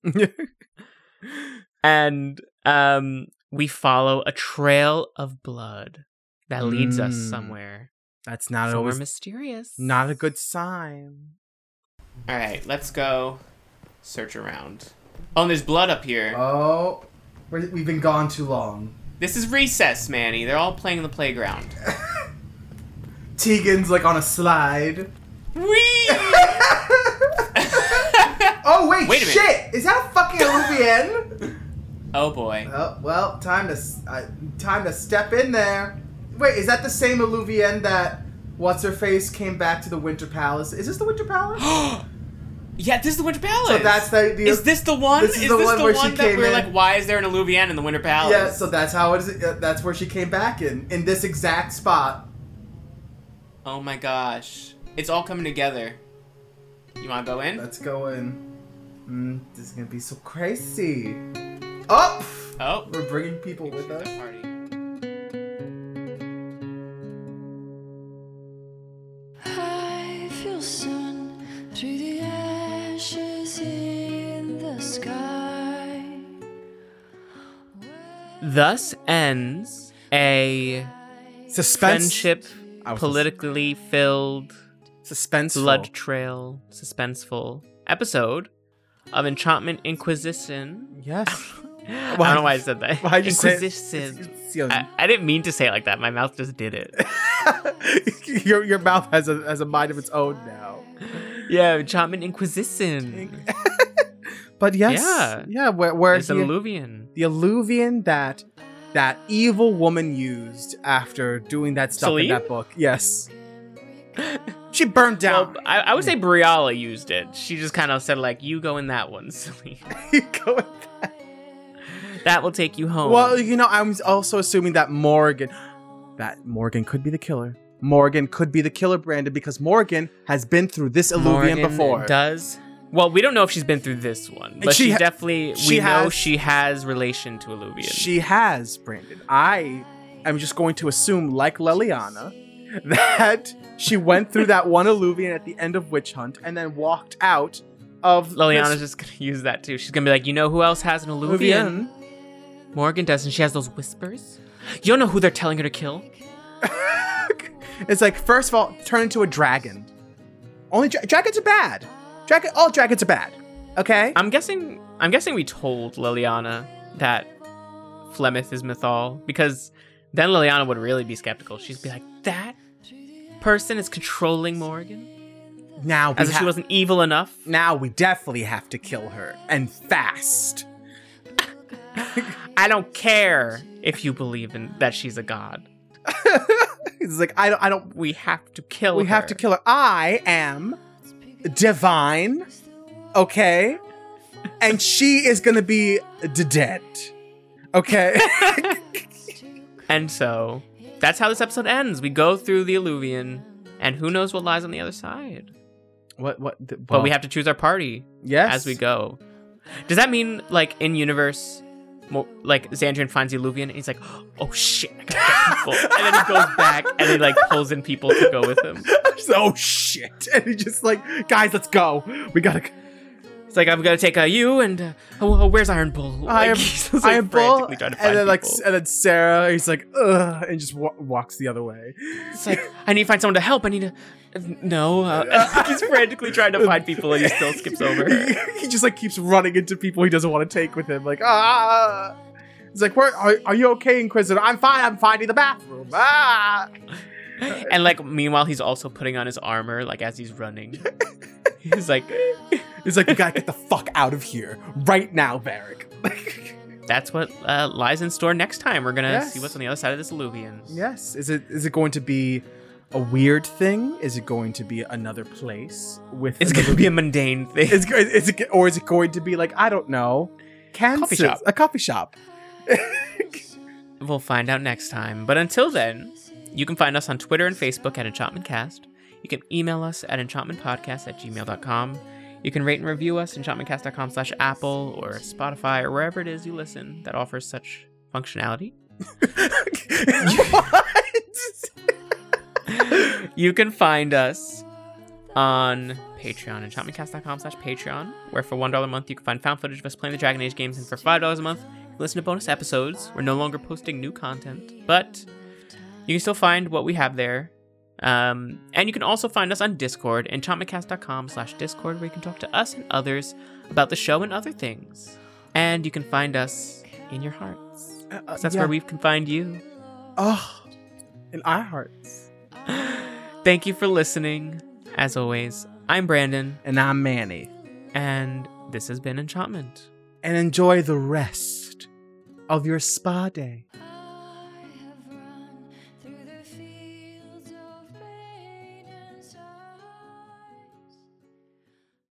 Speaker 2: and um we follow a trail of blood that leads us
Speaker 1: Mm.
Speaker 2: somewhere.
Speaker 1: That's not
Speaker 2: Somewhere
Speaker 1: always
Speaker 2: mysterious.
Speaker 1: Not a good sign.
Speaker 8: All right, let's go search around. Oh, and there's blood up here.
Speaker 1: Uh.
Speaker 3: Oh, we're, we've been gone too long.
Speaker 8: This is recess, Manny. They're all playing in the playground.
Speaker 3: Tegan's like on a slide.
Speaker 8: Wee!
Speaker 3: oh wait,
Speaker 8: Wait a
Speaker 3: shit!
Speaker 8: minute.
Speaker 3: Is that fucking Olivien?
Speaker 8: Oh boy.
Speaker 3: oh well, time to s- uh, time to step in there. Wait, is that the same Olivien that what's her face came back to the Winter Palace? Is this the Winter Palace?
Speaker 8: yeah, this is the Winter Palace.
Speaker 3: So that's the, the
Speaker 8: is this the one?
Speaker 3: This is, the one where she
Speaker 8: that
Speaker 3: came
Speaker 8: we're
Speaker 3: in.
Speaker 8: like, why is there an Alluvian in the Winter Palace?
Speaker 3: yeah, so that's how it is. uh, That's where she came back in in this exact spot.
Speaker 8: Oh my gosh. It's all coming together. You wanna go in?
Speaker 3: Let's go in. Mm, this is gonna be so crazy. Oh,
Speaker 8: oh,
Speaker 3: we're bringing people with us.
Speaker 20: I feel sun through the ashes in the sky.
Speaker 2: Thus ends a
Speaker 1: Suspense-
Speaker 2: friendship politically filled
Speaker 1: suspenseful
Speaker 2: blood trail suspenseful episode of Enchantment Inquisition.
Speaker 1: Yes.
Speaker 2: I don't know why I said that.
Speaker 1: Why you say it?
Speaker 2: Inquisition. I, I didn't mean to say it like that. My mouth just did it.
Speaker 1: your your mouth has a has a mind of its own now.
Speaker 2: yeah, Enchantment Inquisition.
Speaker 1: But yes,
Speaker 2: Yeah.
Speaker 1: yeah, where, where
Speaker 2: There's an
Speaker 1: he-
Speaker 2: alluvian.
Speaker 1: the alluvian that that evil woman used after doing that stuff in
Speaker 2: Celine?
Speaker 1: that book. Yes, she burned down.
Speaker 2: I, I would say Briala used it. She just kind of said like, "You go in that one, silly.
Speaker 1: you go in
Speaker 2: that. That will take you home."
Speaker 1: Well, you know, I'm also assuming that Morgan. that Morgan could be the killer. Morgan could be the killer, Brandon, because Morgan has been through this illuvium
Speaker 2: Morgan
Speaker 1: before.
Speaker 2: Does well, we don't know if she's been through this one, but
Speaker 1: she
Speaker 2: she,
Speaker 1: ha-
Speaker 2: definitely
Speaker 1: she
Speaker 2: we know
Speaker 1: has-
Speaker 2: she has relation to Alluvian.
Speaker 1: She has, Brandon. I am just going to assume, like Leliana, that she went through that one alluvian at the end of Witch Hunt and then walked out of this-
Speaker 2: Liliana's just gonna use that too. She's gonna be like, you know who else has an Alluvian? Morgan does, and she has those whispers. You don't know who they're telling her to kill.
Speaker 1: It's like, first of all, turn into a dragon. Only dra- dragons are bad. Dragon, all dragons are bad. Okay.
Speaker 2: I'm guessing. I'm guessing we told Liliana that Flemeth is Mythal because then Liliana would really be skeptical. She'd be like, that person is controlling Morgan
Speaker 1: Now we
Speaker 2: as if
Speaker 1: ha-
Speaker 2: she wasn't evil enough.
Speaker 1: Now we definitely have to kill her and fast.
Speaker 2: I don't care if you believe in that she's a god.
Speaker 1: It's like I don't. I don't.
Speaker 2: We have to kill.
Speaker 1: We have to kill her. I am divine. Okay. And she is gonna be d- dead. Okay.
Speaker 2: And so that's how this episode ends. We go through the Alluvian, and who knows what lies on the other side.
Speaker 1: what? What? th-
Speaker 2: but we
Speaker 1: well,
Speaker 2: have to choose our party
Speaker 1: Yes.
Speaker 2: as we go does that mean like in universe mo- like Xandrian finds Illuvian and he's like oh shit I gotta get people and then he goes back and he like pulls in people to go with him
Speaker 1: oh shit and he's just like guys let's go we gotta
Speaker 2: it's like I'm gonna take uh, you and uh, oh, oh, where's Iron Bull
Speaker 1: I am,
Speaker 2: Like, he's just,
Speaker 1: I
Speaker 2: like,
Speaker 1: am bull.
Speaker 2: frantically trying to
Speaker 1: and
Speaker 2: find
Speaker 1: then like,
Speaker 2: people.
Speaker 1: s- and then Sarah, he's like, ugh, and just wa- walks the other way.
Speaker 2: it's like I need to find someone to help I need to no uh, he's frantically trying to find people and he still skips over her.
Speaker 1: he just like keeps running into people he doesn't want to take with him. Like, ah. He's like, Where, are, are you okay, Inquisitor? I'm fine. I'm finding the bathroom. Ah.
Speaker 2: and like meanwhile he's also putting on his armor like as he's running he's like
Speaker 1: he's like we gotta get the fuck out of here right now Varric
Speaker 2: that's what uh, lies in store next time we're gonna
Speaker 1: Yes.
Speaker 2: see what's on the other side of this alluvian
Speaker 1: Yes. Is it is it going to be a weird thing? Is it going to be another place with?
Speaker 2: It's gonna be a mundane thing.
Speaker 1: Is, go- is it, or is it going to be like I don't know, Kansas,
Speaker 2: shop.
Speaker 1: a coffee shop?
Speaker 2: we'll find out next time but until then you can find us on twitter and facebook at enchantmentcast you can email us at enchantmentpodcast at gmail.com you can rate and review us enchantmentcast.com slash apple or spotify or wherever it is you listen that offers such functionality you can find us on Patreon, enchantmentcast.com slash Patreon, where for $1 a month you can find found footage of us playing the Dragon Age games, and for $5 a month, you can listen to bonus episodes. We're no longer posting new content, but you can still find what we have there. Um, and you can also find us on Discord, enchantmentcast.com slash Discord, where you can talk to us and others about the show and other things. And you can find us in your hearts.
Speaker 1: Uh, uh,
Speaker 2: 'Cause that's
Speaker 1: yeah.
Speaker 2: where we can find you.
Speaker 1: Oh, in our hearts.
Speaker 2: Thank you for listening. As always, I'm Brandon.
Speaker 1: And I'm Manny.
Speaker 2: And this has been Enchantment.
Speaker 1: And enjoy the rest of your spa day.